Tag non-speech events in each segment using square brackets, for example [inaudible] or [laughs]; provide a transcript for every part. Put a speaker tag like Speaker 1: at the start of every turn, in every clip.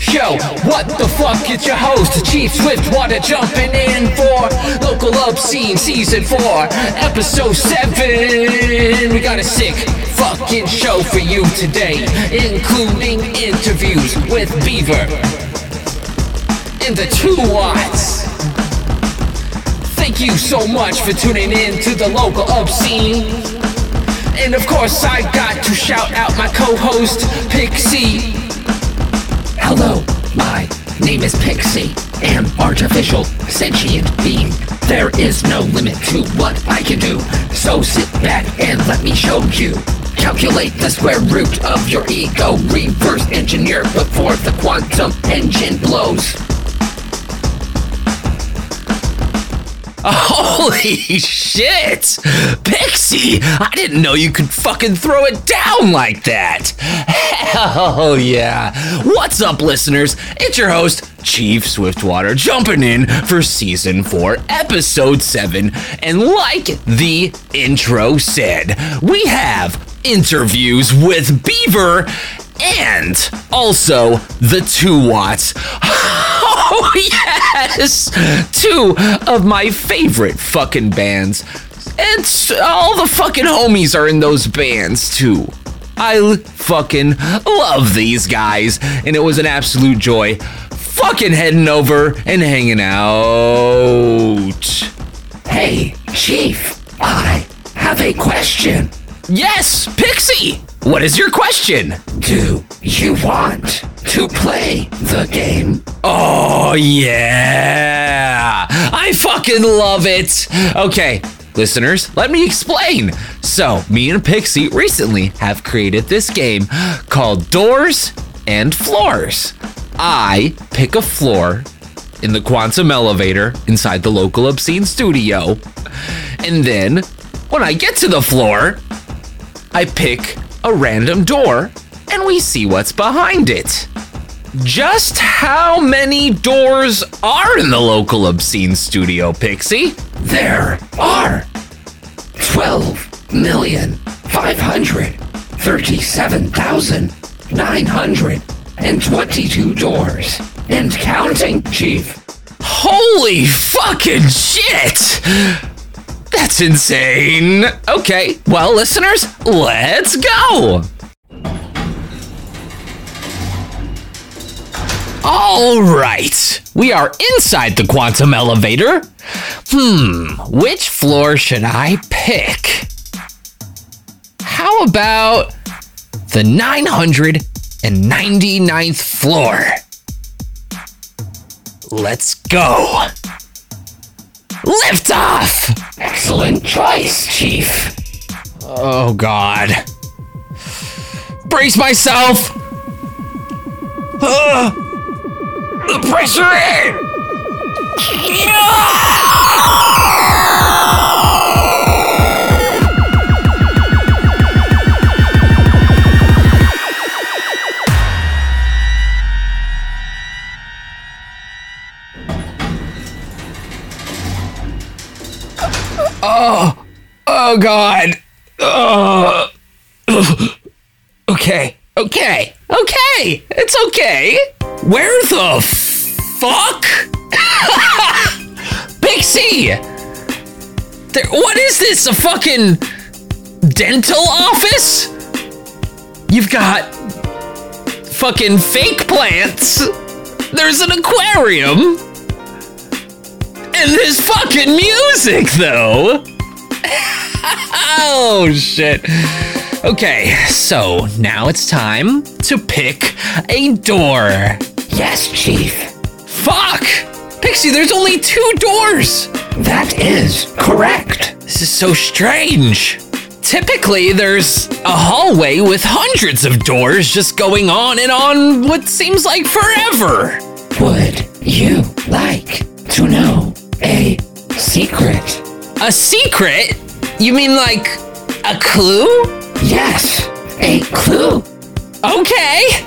Speaker 1: show. What the fuck? It's your host, Chief Swiftwater, jumping in for Local Obscene Season 4, Episode 7. We got a sick fucking show for you today, including interviews with Beaver and the Two Watts. Thank you so much for tuning in to the Local Obscene. And of course, I got to shout out my co host, Pixie. Hello, my name is Pixie, an artificial sentient being. There is no limit to what I can do, so sit back and let me show you. Calculate the square root of your ego, reverse engineer before the quantum engine blows. [laughs] Holy shit! Pixie! I didn't know you could fucking throw it down like that! Hell yeah! What's up, listeners? It's your host, Chief Swiftwater, jumping in for season 4, episode 7. And like the intro said, we have interviews with Beaver and also the two watts. Oh, yes! Two of my favorite fucking bands. And s- all the fucking homies are in those bands, too. I l- fucking love these guys, and it was an absolute joy fucking heading over and hanging out. Hey, Chief, I have a question. Yes, Pixie! What is your question? Do you want to play the game? Oh, yeah! I fucking love it! Okay, listeners, let me explain. So, me and Pixie recently have created this game called Doors and Floors. I pick a floor in the quantum elevator inside the local obscene studio. And then, when I get to the floor, I pick a random door and we see what's behind it. Just how many doors are in the local obscene studio, Pixie? There are 12,537,922 doors and counting, Chief. Holy fucking shit! That's insane! Okay, well, listeners, let's go! All right, we are inside the quantum elevator. Hmm, which floor should I pick? How about the 999th floor? Let's go. Lift off! Excellent choice, Chief. Oh, God. Brace myself! Ugh. The pressure in! Oh god. Ugh. Okay. Okay. Okay. It's okay. Where the fuck? Pixie. There, what is this? A fucking dental office? You've got fucking fake plants. There's an aquarium. And there's fucking music though. [laughs] Oh shit. Okay, so now it's time to pick a door. Yes, Chief. Fuck! Pixie, there's only two doors! That is correct. This is so strange. Typically, there's a hallway with hundreds of doors just going on and on what seems like forever. Would you like to know a secret? A secret? You mean like a clue? Yes, a clue. Okay.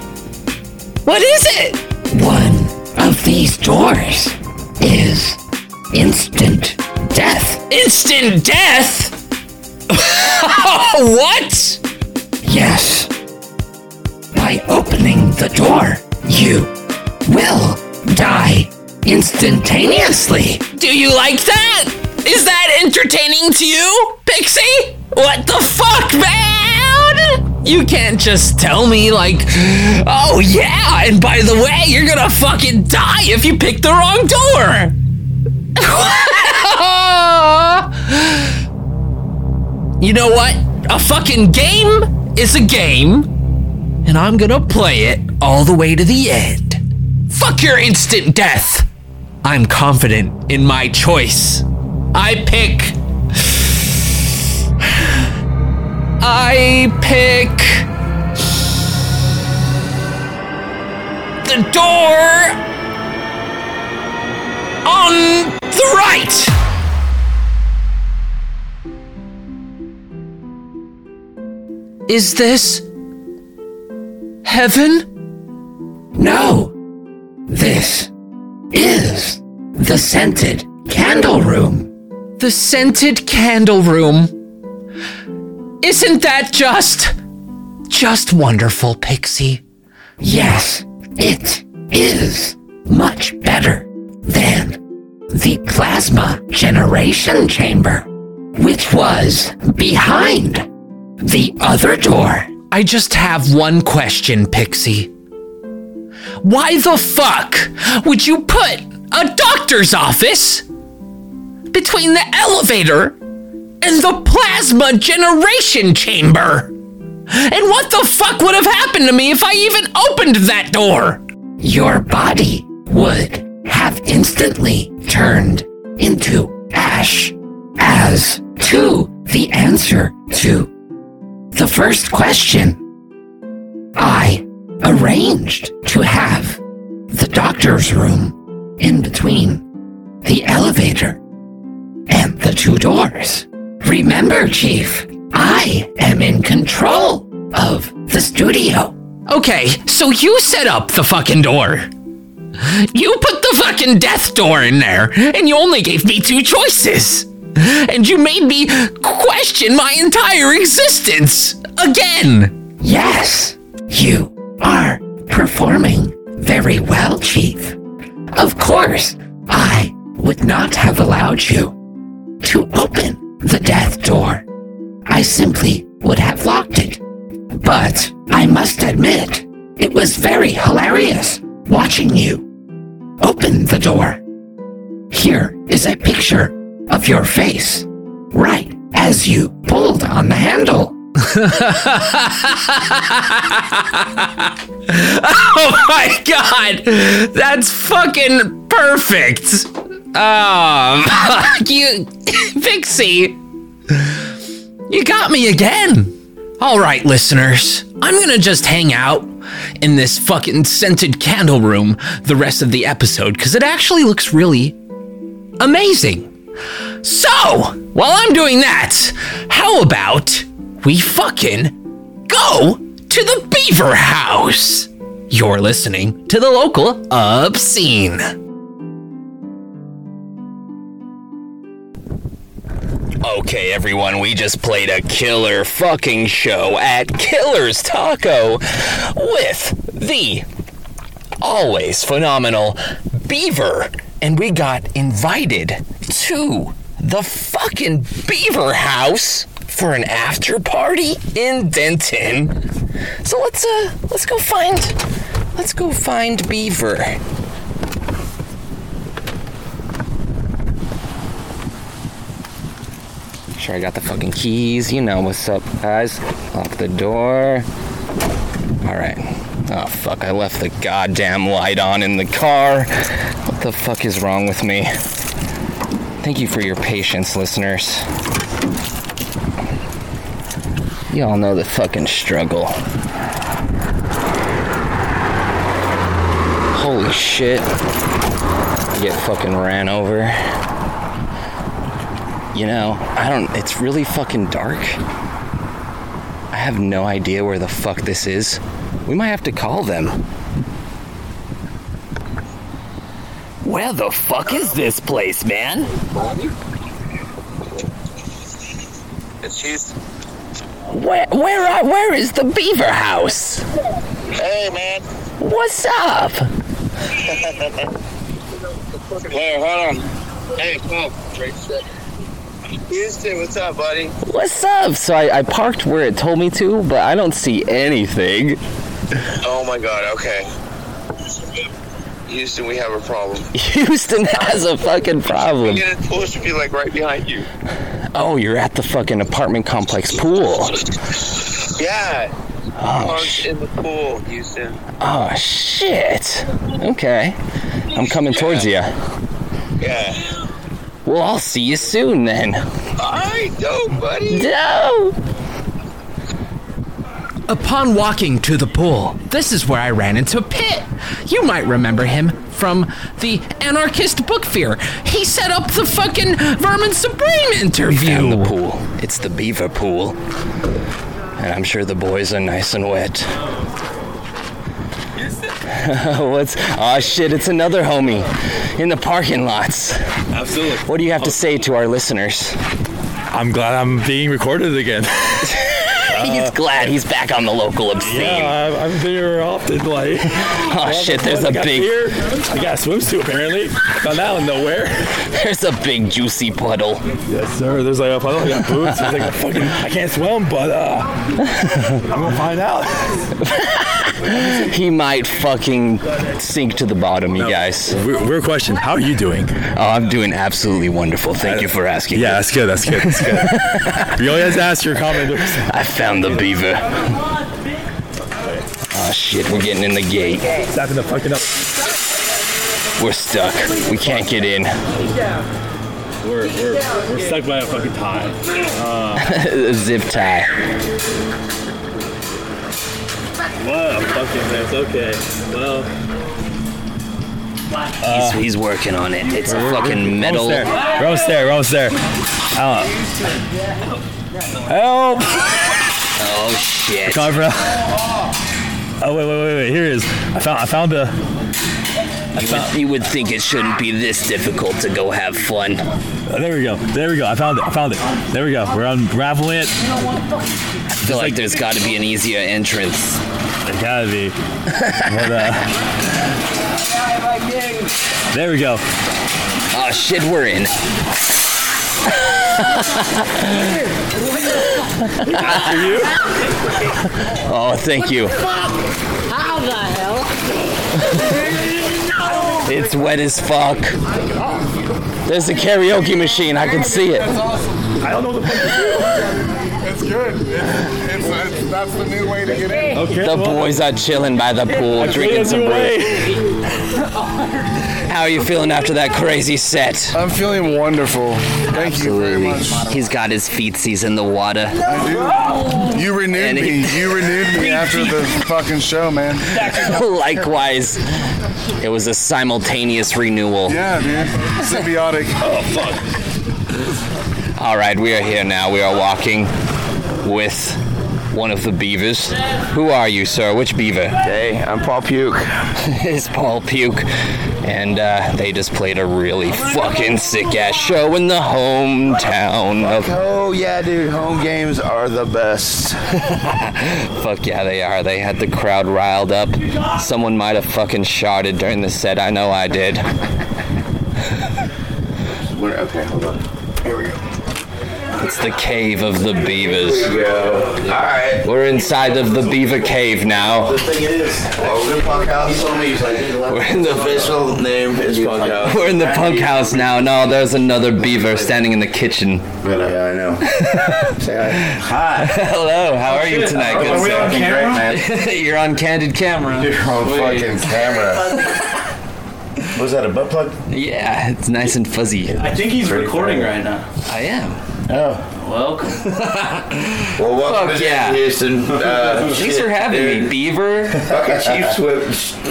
Speaker 1: What is it? One of these doors is instant death. Instant death? [laughs] what? Yes. By opening the door, you
Speaker 2: instantaneously.
Speaker 1: Do you like that? Is that entertaining to you, Pixie? What the fuck, man? You can't just tell me, like, oh yeah, and by the way, you're gonna fucking die if you pick the wrong door. [laughs] you know what? A fucking game is a game, and I'm gonna play it all the way to the end. Fuck your instant death! I'm confident in my choice. I pick. I pick. The door on the right! Is this heaven?
Speaker 2: No. This is the scented candle room.
Speaker 1: The scented candle room. Isn't that just. just wonderful, Pixie?
Speaker 2: Yes, it is much better than the plasma generation chamber, which was behind the other door.
Speaker 1: I just have one question, Pixie. Why the fuck would you put a doctor's office between the elevator and the plasma generation chamber? And what the fuck would have happened to me if I even opened that door?
Speaker 2: Your body would have instantly turned into ash as to the answer to the first question. I arranged to have the doctor's room in between the elevator and the two doors. Remember, Chief, I am in control of the studio.
Speaker 1: Okay, so you set up the fucking door. You put the fucking death door in there, and you only gave me two choices. And you made me question my entire existence again.
Speaker 2: Yes, you are performing very well, Chief. Of course, I would not have allowed you to open the death door. I simply would have locked it. But I must admit, it was very hilarious watching you open the door. Here is a picture of your face, right as you pulled on the handle.
Speaker 1: [laughs] Oh my god, that's fucking perfect. Oh, fuck [laughs] you, [laughs] Pixie. You got me again. All right, listeners, I'm gonna just hang out in this fucking scented candle room the rest of the episode because it actually looks really amazing. So, while I'm doing that, how about we fucking go to the Beaver House? You're listening to the local obscene. Okay, everyone, we just played a killer fucking show at Killer's Taco with the always phenomenal Beaver. And we got invited to the fucking Beaver House for an after party in Denton. So let's uh let's go find let's go find Beaver. Sure, I got the fucking keys. You know what's up, guys. Lock the door. All right. Oh, fuck. I left the goddamn light on in the car. What the fuck is wrong with me? Thank you for your patience, listeners. You all know the fucking struggle. Holy shit. I get fucking ran over. You know, I don't. It's really fucking dark. I have no idea where the fuck this is. We might have to call them. Where the fuck is this place, man?
Speaker 3: It's Heath.
Speaker 1: Where, where, are, where is the Beaver House?
Speaker 3: Hey, man.
Speaker 1: What's up?
Speaker 4: Wait, hold on. Hey, Paul. Houston, what's up, buddy?
Speaker 1: What's up? So I, I parked where it told me to, but I don't see anything. [laughs]
Speaker 4: Oh my God. Okay. Houston, we have a problem.
Speaker 1: Houston has a fucking problem.
Speaker 4: You get a pool should be like right behind you.
Speaker 1: Oh, you're at the fucking apartment complex pool.
Speaker 4: Yeah.
Speaker 1: Oh,
Speaker 4: Parked in the pool, Houston.
Speaker 1: oh shit. Okay. I'm coming towards you.
Speaker 4: Yeah.
Speaker 1: Well, I'll see you soon then.
Speaker 4: All right, dope, buddy.
Speaker 1: No!
Speaker 5: Upon walking to the pool, this is where I ran into Pitt. You might remember him from the anarchist book fair. He set up the fucking Vermin Supreme
Speaker 1: Found the
Speaker 5: interview.
Speaker 1: pool. It's the beaver pool. And I'm sure the boys are nice and wet. [laughs] What's oh shit, it's another homie in the parking lots.
Speaker 6: Absolutely.
Speaker 1: What do you have to say to our listeners?
Speaker 6: I'm glad I'm being recorded again.
Speaker 1: [laughs]
Speaker 6: Uh,
Speaker 1: he's glad he's back on the local obscene.
Speaker 6: yeah, I'm, I'm here often.
Speaker 1: [laughs]
Speaker 6: Like,
Speaker 1: Oh shit, there's
Speaker 6: I
Speaker 1: a
Speaker 6: got
Speaker 1: big
Speaker 6: beer. I got a swimsuit apparently. Found that out of nowhere.
Speaker 1: [laughs] there's a big juicy puddle.
Speaker 6: Yes, sir. There's like a puddle. I got boots. It's like
Speaker 1: [laughs]
Speaker 6: a fucking. I can't swim, but uh, I'm gonna find out.
Speaker 1: [gasps] He might fucking sink to the bottom, you guys. Oh,
Speaker 6: We're, we're questioned. How are you doing?
Speaker 1: I'm doing absolutely wonderful. Thank you for asking.
Speaker 6: Yeah, that's good. That's good. That's
Speaker 1: [laughs]
Speaker 6: good. you always ask your commenters.
Speaker 1: I found the beaver. Oh shit, we're getting in the gate.
Speaker 6: Snapping the fucking up.
Speaker 1: We're stuck. We can't get in. [laughs]
Speaker 6: We're, we're, we're stuck by a fucking tie. Uh,
Speaker 1: Zip tie.
Speaker 6: Wow, fucking that's okay. Well,
Speaker 1: He's, he's working on it. It's a fucking metal.
Speaker 6: Almost there. We're almost there. We're almost there. Uh, help!
Speaker 1: Oh shit.
Speaker 6: Coming from- Oh wait, wait, wait, wait. Here it is. I found. I found the.
Speaker 1: You would, you would think it shouldn't be this difficult to go have fun.
Speaker 6: oh, there we go. There we go. I found it. I found it. There we go. We're unraveling it.
Speaker 1: I feel like there's got to be an easier entrance.
Speaker 6: It gotta be. But, uh, there we go.
Speaker 1: Oh shit, we're in. Oh, thank you.
Speaker 7: How the hell?
Speaker 1: It's wet as fuck. There's a karaoke machine. I can see it.
Speaker 3: [laughs] It's good. It's, it's, it's, that's the new way to get in.
Speaker 6: Okay.
Speaker 1: The boys are chilling by
Speaker 3: [laughs]
Speaker 1: the pool, drinking some brew. How are you feeling after that crazy set?
Speaker 3: I'm feeling wonderful. Thank you very much.
Speaker 1: He's got his feetsies in the water.
Speaker 3: I do. You renewed
Speaker 1: And
Speaker 3: me. You
Speaker 1: [laughs]
Speaker 3: renewed me after the fucking show, man.
Speaker 1: Likewise, it was a simultaneous renewal.
Speaker 3: Yeah, dude. Symbiotic.
Speaker 1: All right, we are here now. We are walking with one of the beavers. Who are you, sir? Which beaver?
Speaker 8: Hey, I'm Paul Puke.
Speaker 1: [laughs] It's Paul Puke. And uh, they just played a really fucking sick ass show in the hometown of.
Speaker 8: Oh yeah, dude, home games are the best.
Speaker 1: [laughs] Fuck yeah, they are. They had the crowd riled up. Someone might have fucking sharded during the set. I know I did.
Speaker 8: We're, okay, hold on. Here we go.
Speaker 1: It's the cave of the beavers.
Speaker 8: Go. All right.
Speaker 1: We're inside of the beaver cave now. [laughs]
Speaker 8: The thing is, Logan Punkhouse told me he's like, the official name is Punkhouse.
Speaker 1: We're in the punk house now. No, there's another beaver standing in the kitchen.
Speaker 8: [laughs] Yeah, I know. Say
Speaker 1: [laughs]
Speaker 8: hi. Oh,
Speaker 1: Hello, how are you tonight, good sir?
Speaker 8: Fucking great,
Speaker 1: [laughs]
Speaker 8: man.
Speaker 1: You're on candid camera.
Speaker 8: You're on fucking
Speaker 4: [laughs]
Speaker 8: camera. Was that a butt plug?
Speaker 1: Yeah, [laughs] it's nice and fuzzy.
Speaker 9: I think he's recording right now.
Speaker 1: I am.
Speaker 8: Oh.
Speaker 1: [laughs]
Speaker 9: Welcome.
Speaker 8: Well, welcome
Speaker 1: Fuck
Speaker 8: to
Speaker 1: yeah.
Speaker 8: Houston. Uh,
Speaker 1: Thanks for
Speaker 8: shit,
Speaker 1: having me,
Speaker 8: dude.
Speaker 1: Beaver.
Speaker 8: Fucking Chief Swift.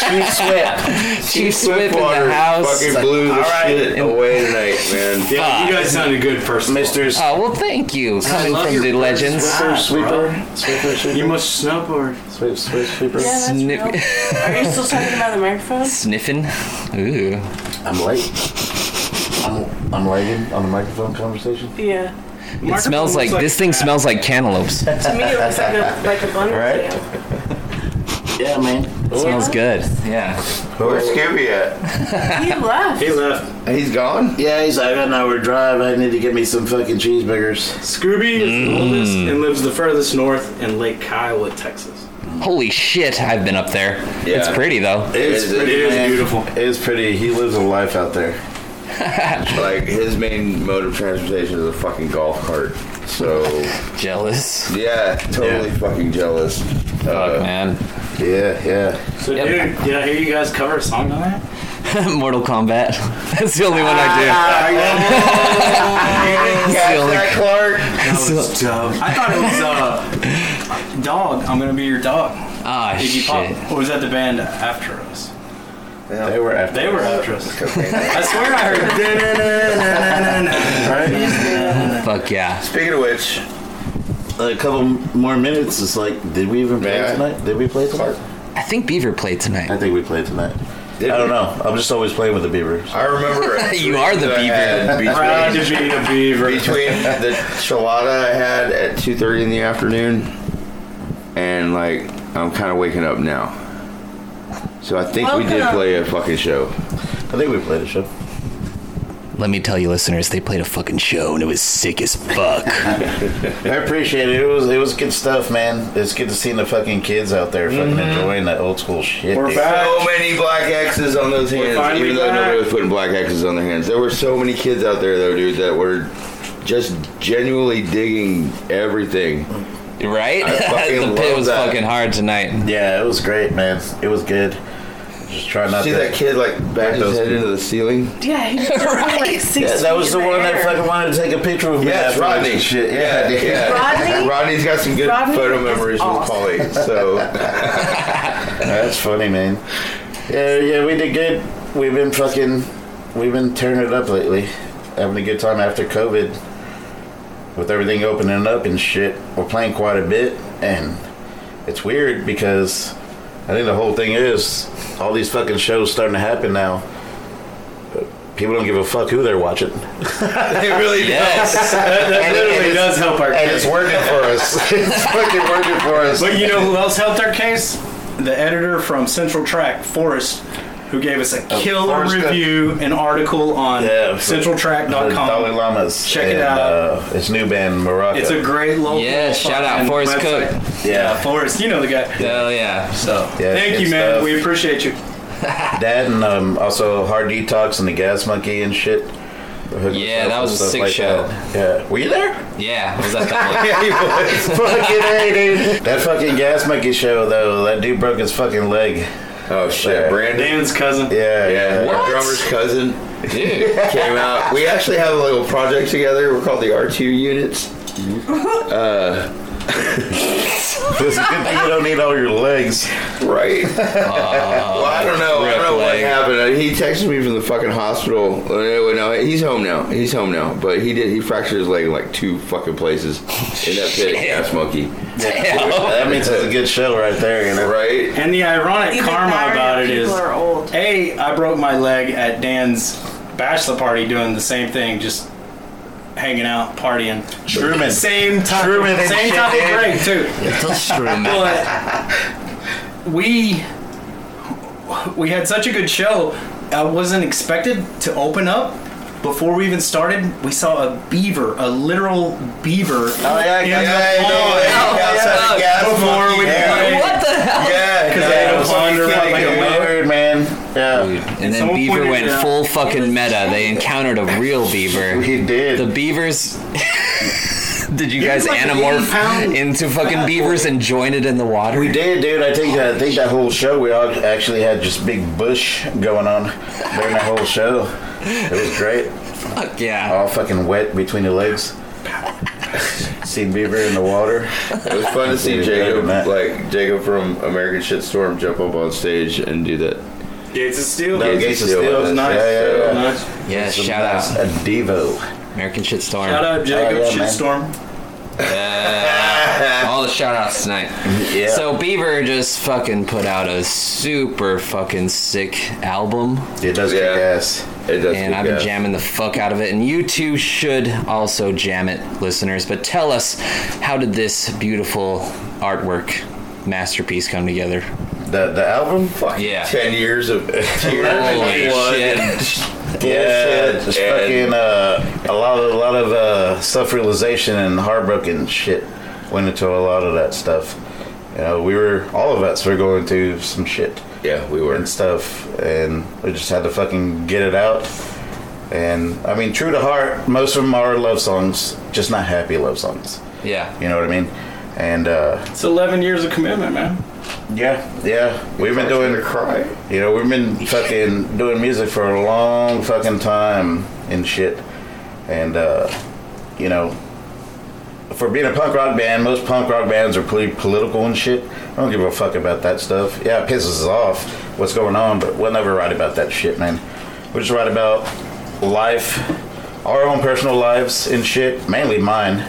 Speaker 8: Chief Swift.
Speaker 1: Chief Swift in the
Speaker 8: Swiftwater
Speaker 1: house.
Speaker 8: Fucking blew the shit away tonight, man.
Speaker 9: you guys sounded good first.
Speaker 8: Misters.
Speaker 1: Oh, well, thank you. Coming
Speaker 9: love
Speaker 1: from
Speaker 9: your
Speaker 1: the
Speaker 9: words.
Speaker 1: legends. Ah.
Speaker 8: Sweeper, sweeper, sweeper,
Speaker 9: You
Speaker 8: sweeper,
Speaker 9: must snowboard.
Speaker 8: sweep, sweep, sweeper.
Speaker 7: Yeah, that's
Speaker 1: Snip-
Speaker 7: real. Are you still talking about the microphone?
Speaker 1: Sniffing. Ooh.
Speaker 8: I'm late. I'm, I'm lagging on the microphone conversation.
Speaker 7: Yeah.
Speaker 1: It smells
Speaker 9: [laughs]
Speaker 1: like, this thing smells like cantaloupes.
Speaker 7: To me, it looks like a, like a bun.
Speaker 8: Right?
Speaker 4: Yeah, man.
Speaker 1: Smells good. Yeah.
Speaker 4: Where's Scooby at?
Speaker 2: He left.
Speaker 9: He left.
Speaker 4: He's gone? Yeah, he's like, I got an hour drive. I need to get me some fucking cheeseburgers.
Speaker 9: Scooby is the oldest
Speaker 8: Mm.
Speaker 9: and lives the furthest north in Lake Kiowa, Texas.
Speaker 1: Holy shit, I've been up there. It's
Speaker 4: Yeah.
Speaker 1: pretty though.
Speaker 4: It's
Speaker 9: it is beautiful.
Speaker 4: It is pretty. He lives a life out there. like, his main mode of transportation is a fucking golf cart. So,
Speaker 1: Jealous.
Speaker 4: yeah, totally fucking jealous.
Speaker 1: Fuck,
Speaker 4: Uh,
Speaker 1: man.
Speaker 4: yeah, yeah.
Speaker 9: So, dude, did I hear you guys cover a song on that?
Speaker 1: [laughs] Mortal Kombat. [laughs] That's the only one I
Speaker 9: Ah,
Speaker 1: do. That's the only-
Speaker 4: Clark.
Speaker 9: That was dumb. I thought it was uh, Dog. I'm gonna be your dog.
Speaker 1: Ah,
Speaker 9: Iggy
Speaker 1: shit.
Speaker 9: Pop. Or was that the band after us?
Speaker 4: They were after.
Speaker 9: They were after us. I swear I heard.
Speaker 1: [laughs] Fuck yeah.
Speaker 4: Speaking of which,
Speaker 10: a couple more minutes. It's like, did we even play
Speaker 4: Yeah.
Speaker 10: tonight? Did we play tonight?
Speaker 1: I think Beaver played tonight.
Speaker 10: I think we played tonight.
Speaker 4: Did
Speaker 10: I don't
Speaker 4: we?
Speaker 10: know. I'm just always playing with the Beavers.
Speaker 4: I
Speaker 1: [laughs]
Speaker 4: remember a
Speaker 1: You are the
Speaker 4: that I
Speaker 1: beaver.
Speaker 4: had
Speaker 9: Proud to be a beaver.
Speaker 4: between the chalada I had at two thirty in the afternoon, and like I'm kind of waking up now. So I think we
Speaker 2: Welcome.
Speaker 4: did play a fucking show.
Speaker 10: I think we played a show.
Speaker 1: Let me tell you, listeners, they played a fucking show and it was [laughs] [laughs] sick as
Speaker 10: [laughs]
Speaker 1: fuck.
Speaker 10: I appreciate it. It was it was good stuff, man. It's good to see the fucking kids out there fucking
Speaker 4: Mm-hmm.
Speaker 10: enjoying that old school shit.
Speaker 9: We're
Speaker 10: dude.
Speaker 9: back.
Speaker 4: So many black X's on those hands,
Speaker 9: finally
Speaker 4: even though
Speaker 9: back.
Speaker 4: nobody was putting black X's on their hands. There were so many kids out there though, dude, that were just genuinely digging everything.
Speaker 1: right? [laughs]
Speaker 4: I fucking
Speaker 1: the pit
Speaker 4: love
Speaker 1: was
Speaker 4: that.
Speaker 1: fucking hard tonight.
Speaker 10: Yeah, it was great, man. It was good. Just try not
Speaker 4: See
Speaker 10: to.
Speaker 4: that kid like back his
Speaker 10: those
Speaker 4: head into the ceiling.
Speaker 2: [laughs] Yeah, he just right. like six
Speaker 10: Yeah, that was the one that fucking wanted to take a picture of me.
Speaker 4: Yeah, it's
Speaker 10: after
Speaker 4: Rodney.
Speaker 10: this Shit. Yeah.
Speaker 4: yeah.
Speaker 2: Rodney?
Speaker 4: Rodney's got some good
Speaker 2: Rodney
Speaker 4: photo
Speaker 2: is
Speaker 4: memories with
Speaker 2: awesome.
Speaker 4: Polly.
Speaker 2: [laughs]
Speaker 4: So
Speaker 10: That's funny, man. Yeah, yeah, we did good. We've been fucking, we've been tearing it up lately, having a good time after COVID, with everything opening up and shit. We're playing quite a bit, and it's weird because I think the whole thing is all these fucking shows starting to happen now. but People don't give a fuck who they're watching, and
Speaker 4: they really
Speaker 1: Yes.
Speaker 9: That literally does help our
Speaker 10: it's
Speaker 9: case.
Speaker 10: working for us. It's fucking working for us.
Speaker 9: But you know who else helped our case? The editor from Central Track, Forrest, who gave us a killer
Speaker 10: Oh, Forrest got-
Speaker 9: review, an article on
Speaker 10: Yeah, for-
Speaker 9: CentralTrack.com.
Speaker 10: The Dalai Lama's.
Speaker 9: Check it
Speaker 10: and,
Speaker 9: out.
Speaker 10: Uh, it's new band Morocco.
Speaker 9: It's a great local.
Speaker 1: Yeah, shout out
Speaker 9: fucking
Speaker 1: Forrest
Speaker 9: website.
Speaker 1: Cook.
Speaker 10: Yeah.
Speaker 9: yeah, Forrest, you know the guy.
Speaker 1: Hell yeah.
Speaker 9: So
Speaker 10: Yeah,
Speaker 9: thank
Speaker 10: good
Speaker 9: you, man.
Speaker 10: stuff.
Speaker 9: We appreciate you.
Speaker 10: That and um, also Hard Detox and the Gas Monkey and shit.
Speaker 1: Yeah, that was a
Speaker 10: Stuff
Speaker 1: sick show.
Speaker 10: that. Yeah, were you there?
Speaker 1: Yeah, was that
Speaker 10: [laughs]
Speaker 1: the one? [laughs]
Speaker 10: fucking hey, dude. That fucking Gas Monkey show though. That dude broke his fucking leg.
Speaker 4: Oh shit,
Speaker 10: Yeah.
Speaker 4: Brandon.
Speaker 9: Dan's cousin.
Speaker 10: Yeah,
Speaker 4: Yeah,
Speaker 1: What?
Speaker 4: our drummer's
Speaker 10: [laughs]
Speaker 4: cousin
Speaker 1: [laughs] Dude.
Speaker 4: came out. We actually have a little project together. We're called the R2
Speaker 1: [laughs]
Speaker 4: units. Uh, [laughs]
Speaker 10: It's a good thing you don't need all your legs.
Speaker 1: [laughs]
Speaker 4: Right.
Speaker 1: Uh,
Speaker 4: well, I don't know. I don't know what
Speaker 1: leg.
Speaker 4: happened. Uh, He texted me from the fucking hospital. Uh, No, he's home now. He's home now. But he did. He fractured his leg in like two fucking
Speaker 1: [laughs]
Speaker 4: places in that pit, at gas monkey.
Speaker 10: That means it's a good show right there. You know.
Speaker 4: Right.
Speaker 9: And the ironic
Speaker 2: Even
Speaker 9: karma
Speaker 2: married
Speaker 9: about it
Speaker 2: people
Speaker 9: is,
Speaker 2: are old.
Speaker 9: a, I broke my leg at Dan's bachelor party doing the same thing, just hanging out, partying.
Speaker 10: Truman.
Speaker 9: Same type,
Speaker 10: Truman and
Speaker 9: same
Speaker 10: shit,
Speaker 9: type
Speaker 10: dude.
Speaker 9: of break too. But we we had such a good show. I wasn't expected to open up. Before we even started, we saw a beaver, a literal beaver.
Speaker 4: Oh yeah,
Speaker 9: in
Speaker 4: yeah,
Speaker 9: the
Speaker 4: yeah,
Speaker 9: pond.
Speaker 4: yeah, yeah, outside the gas
Speaker 9: Before
Speaker 4: monkey,
Speaker 9: we
Speaker 4: yeah.
Speaker 9: played.
Speaker 1: What the hell?
Speaker 4: Yeah,
Speaker 9: Because
Speaker 4: no,
Speaker 9: they
Speaker 4: it
Speaker 9: had a
Speaker 4: was
Speaker 9: ponder
Speaker 4: fucking
Speaker 9: out like a
Speaker 4: good.
Speaker 9: man.
Speaker 10: Weird man. Yeah,
Speaker 1: And then
Speaker 9: Someone
Speaker 1: Beaver
Speaker 9: pointed
Speaker 1: went
Speaker 9: it out.
Speaker 1: full fucking meta. They encountered a real
Speaker 10: [laughs]
Speaker 1: beaver.
Speaker 10: he did.
Speaker 1: The beavers. [laughs] Did you guys
Speaker 9: like an
Speaker 1: anamorph
Speaker 9: 80-pound
Speaker 1: into fucking beavers and join it in the water?
Speaker 10: We did, dude. I think I think that whole show we all actually had just big bush going on during that whole show. It was great.
Speaker 1: Fuck yeah.
Speaker 10: All fucking wet between the legs. Seen Beaver in the water.
Speaker 4: It was fun
Speaker 10: [laughs]
Speaker 4: to see
Speaker 10: Dude, better
Speaker 4: Jacob,
Speaker 10: than that.
Speaker 4: like Jacob from American Shitstorm, jump up on stage and do that.
Speaker 9: Gates of Steel.
Speaker 10: No,
Speaker 4: Gates
Speaker 10: Gates
Speaker 4: of
Speaker 10: of
Speaker 4: Steel
Speaker 10: Steel
Speaker 4: was
Speaker 10: was
Speaker 4: nice.
Speaker 10: nice. Yeah, yeah, yeah.
Speaker 9: Nice.
Speaker 1: Yeah,
Speaker 10: Some
Speaker 1: shout
Speaker 10: nice-
Speaker 1: out.
Speaker 10: A Devo.
Speaker 1: American Shitstorm.
Speaker 9: Shout out Jacob
Speaker 10: Oh, yeah, man.
Speaker 9: Shitstorm.
Speaker 1: All the shout outs tonight.
Speaker 10: Yeah.
Speaker 1: So Beaver just fucking put out a super fucking sick album.
Speaker 10: It does
Speaker 4: Yeah.
Speaker 10: kick ass.
Speaker 4: It does.
Speaker 1: and
Speaker 4: kick
Speaker 1: I've been
Speaker 4: ass.
Speaker 1: jamming the fuck out of it. And you too should also jam it, listeners. But tell us, how did this beautiful artwork masterpiece come together?
Speaker 10: The the album? Fuck
Speaker 1: yeah.
Speaker 10: Ten years of [laughs] tears
Speaker 1: Holy
Speaker 10: and blood
Speaker 1: shit.
Speaker 10: and bullshit. Just fucking uh, a lot of a lot of uh, self realization and heartbroken shit went into a lot of that stuff. You know, we were all of us were going through some shit.
Speaker 8: Yeah, we were
Speaker 10: and stuff, and we just had to fucking get it out. And I mean, true to heart, most of them are love songs, just not happy love songs.
Speaker 1: Yeah.
Speaker 10: You know what I mean? And uh,
Speaker 9: It's 11 years of commitment, man.
Speaker 10: yeah, yeah. We've been doing cry. You know, we've
Speaker 9: [laughs]
Speaker 10: been fucking doing music for a long fucking time and shit. And uh, you know, for being a punk rock band, most punk rock bands are pretty political and shit. I don't give a fuck about that stuff. Yeah, it pisses us off what's going on, but we'll never write about that shit, man. We just write about life, our own personal lives and shit, mainly mine.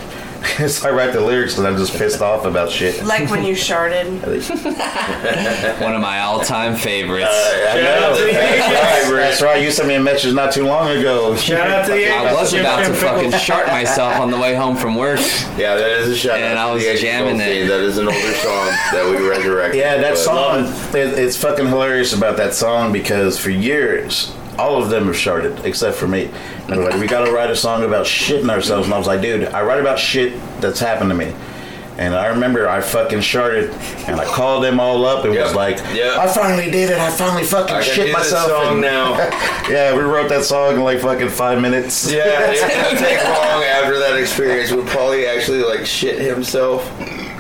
Speaker 10: [laughs] so I write the lyrics because I'm just pissed off about shit.
Speaker 7: Like when you
Speaker 10: [laughs]
Speaker 7: sharded.
Speaker 1: One of my all-time favorites.
Speaker 10: Uh, I know. That's right, bro. That's right. You sent me a message not too long ago. Shout out to you.
Speaker 1: I was about to fucking shart myself on the way home from work.
Speaker 8: Yeah, that is a shout
Speaker 1: And I was jamming it.
Speaker 8: That is an older song that
Speaker 10: [laughs]
Speaker 8: we resurrected.
Speaker 10: Yeah, that
Speaker 8: but-
Speaker 10: song. It, it's fucking hilarious about that song because for years, all of them have sharded except for me. And they're like, we gotta write a song about shitting ourselves. And I was like, dude, I write about shit that's happened to me. And I remember I fucking sharded and I called them all up and was like,
Speaker 8: Yeah.
Speaker 10: I finally did it. I finally fucking
Speaker 8: I can
Speaker 10: shit
Speaker 8: do this
Speaker 10: myself.
Speaker 8: song
Speaker 10: and-
Speaker 8: now.
Speaker 10: [laughs]
Speaker 3: [laughs]
Speaker 10: yeah, we wrote that song in like fucking five minutes.
Speaker 8: Yeah,
Speaker 10: [laughs]
Speaker 8: it didn't take long after that experience when Paulie actually like shit himself.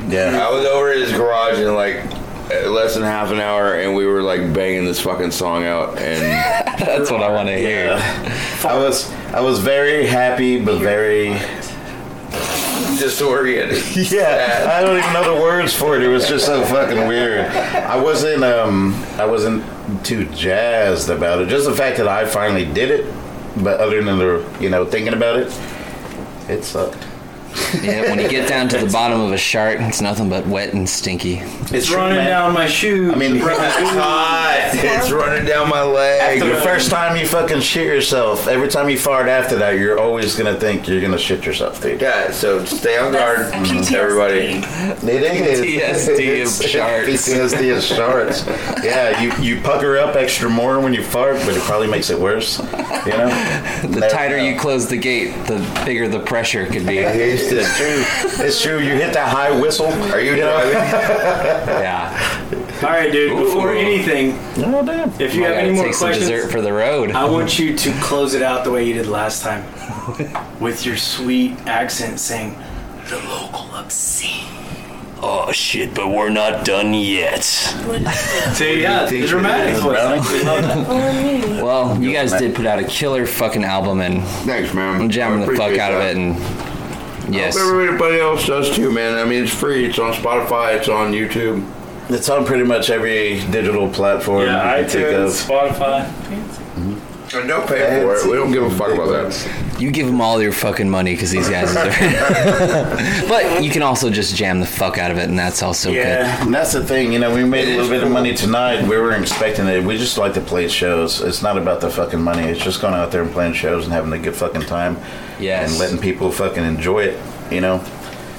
Speaker 10: Yeah.
Speaker 8: I was over at his garage in like uh, less than half an hour, and we were like banging this fucking song out, and
Speaker 1: [laughs] that's what I want to hear.
Speaker 10: I was I was very happy but very
Speaker 8: Disoriented.
Speaker 10: [laughs] yeah. I don't even know the words for it. It was just so fucking weird. I wasn't um I wasn't too jazzed about it. Just the fact that I finally did it, but other than the you know thinking about it, it sucked.
Speaker 1: Yeah, when you get down to the bottom of a shart, it's nothing but wet and stinky.
Speaker 10: It's
Speaker 9: running down my shoes.
Speaker 10: I mean,
Speaker 1: [laughs]
Speaker 8: It's hot. It's running down my leg.
Speaker 10: After the first time you fucking shit yourself, every time you fart after that, you're always gonna think you're gonna shit yourself, dude.
Speaker 8: Yeah, so stay on guard, mm,
Speaker 7: That's PTSD.
Speaker 8: everybody.
Speaker 10: It is.
Speaker 1: PTSD of
Speaker 8: [laughs]
Speaker 10: It's-
Speaker 1: sharks.
Speaker 10: PTSD of sharks. Yeah, you, you pucker up extra more when you fart, but it probably makes it worse. You know?
Speaker 1: [laughs] The tighter you close the gate, the bigger the pressure could be.
Speaker 8: Here's the
Speaker 10: It's true. It's true. You hit that high whistle.
Speaker 8: Are
Speaker 3: [laughs]
Speaker 8: you driving?
Speaker 1: Yeah.
Speaker 9: All right, dude. Before
Speaker 1: Ooh.
Speaker 9: anything,
Speaker 10: No, damn.
Speaker 9: if you
Speaker 1: I
Speaker 9: have
Speaker 1: gotta
Speaker 9: any more
Speaker 1: take some dessert
Speaker 9: questions,
Speaker 1: for the road.
Speaker 9: I want you to close it out the way you did last time,
Speaker 1: [laughs]
Speaker 9: with your sweet accent, saying the local obscene.
Speaker 1: Oh shit, but we're not done yet.
Speaker 9: So yeah, the dramatic voice. We love that.
Speaker 1: Well, you guys did put out a killer fucking album and
Speaker 8: Thanks, man.
Speaker 1: I'm jamming
Speaker 8: I
Speaker 1: the fuck
Speaker 8: appreciate
Speaker 1: out of
Speaker 8: that.
Speaker 1: it and yes.
Speaker 8: Everybody else does too, man. I mean, it's free. It's on Spotify. It's on YouTube.
Speaker 10: It's on pretty much every digital platform
Speaker 6: Yeah,
Speaker 10: you can think
Speaker 6: iTunes,
Speaker 10: of.
Speaker 6: Spotify.
Speaker 8: And don't pay for it. We don't give a fuck about that.
Speaker 1: You give them all your fucking money because these guys are. [laughs] but you can also just jam the fuck out of it, and that's also
Speaker 10: Yeah, and that's the thing. You know, we made a little bit of money tonight. We were expecting it. We just like to play shows. It's not about the fucking money. It's just going out there and playing shows and having a good fucking time.
Speaker 1: Yes.
Speaker 10: And letting people fucking enjoy it. You know,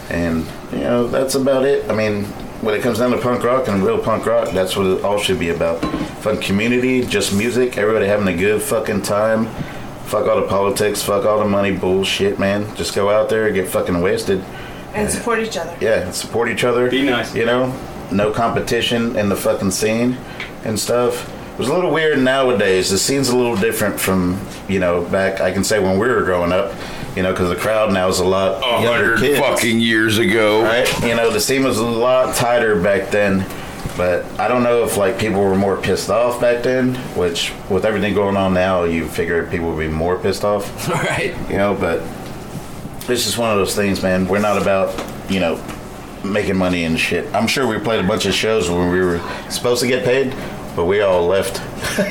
Speaker 10: and you know that's about it. I mean, when it comes down to punk rock and real punk rock, that's what it all should be about. Fun community, just music. Everybody having a good fucking time. Fuck all the politics. Fuck all the money bullshit, man. Just go out there and get fucking wasted
Speaker 7: And support each other.
Speaker 10: yeah, support each other.
Speaker 9: Be nice.
Speaker 10: You know, no competition in the fucking scene and stuff. It was a little weird nowadays. The scene's a little different from you know back. I can say when we were growing up, you know, because the crowd now is a lot
Speaker 8: A
Speaker 10: younger
Speaker 8: hundred
Speaker 10: kids.
Speaker 8: fucking years ago.
Speaker 10: Right? You know, the scene was a lot tighter back then. But I don't know if like people were more pissed off back then, which with everything going on now, you figure people would be more pissed
Speaker 8: [laughs]
Speaker 10: off
Speaker 1: good. All right.
Speaker 10: you know but it's just one of those things man we're not about you know making money and shit i'm sure we played a bunch of shows when we were supposed to get paid but we all left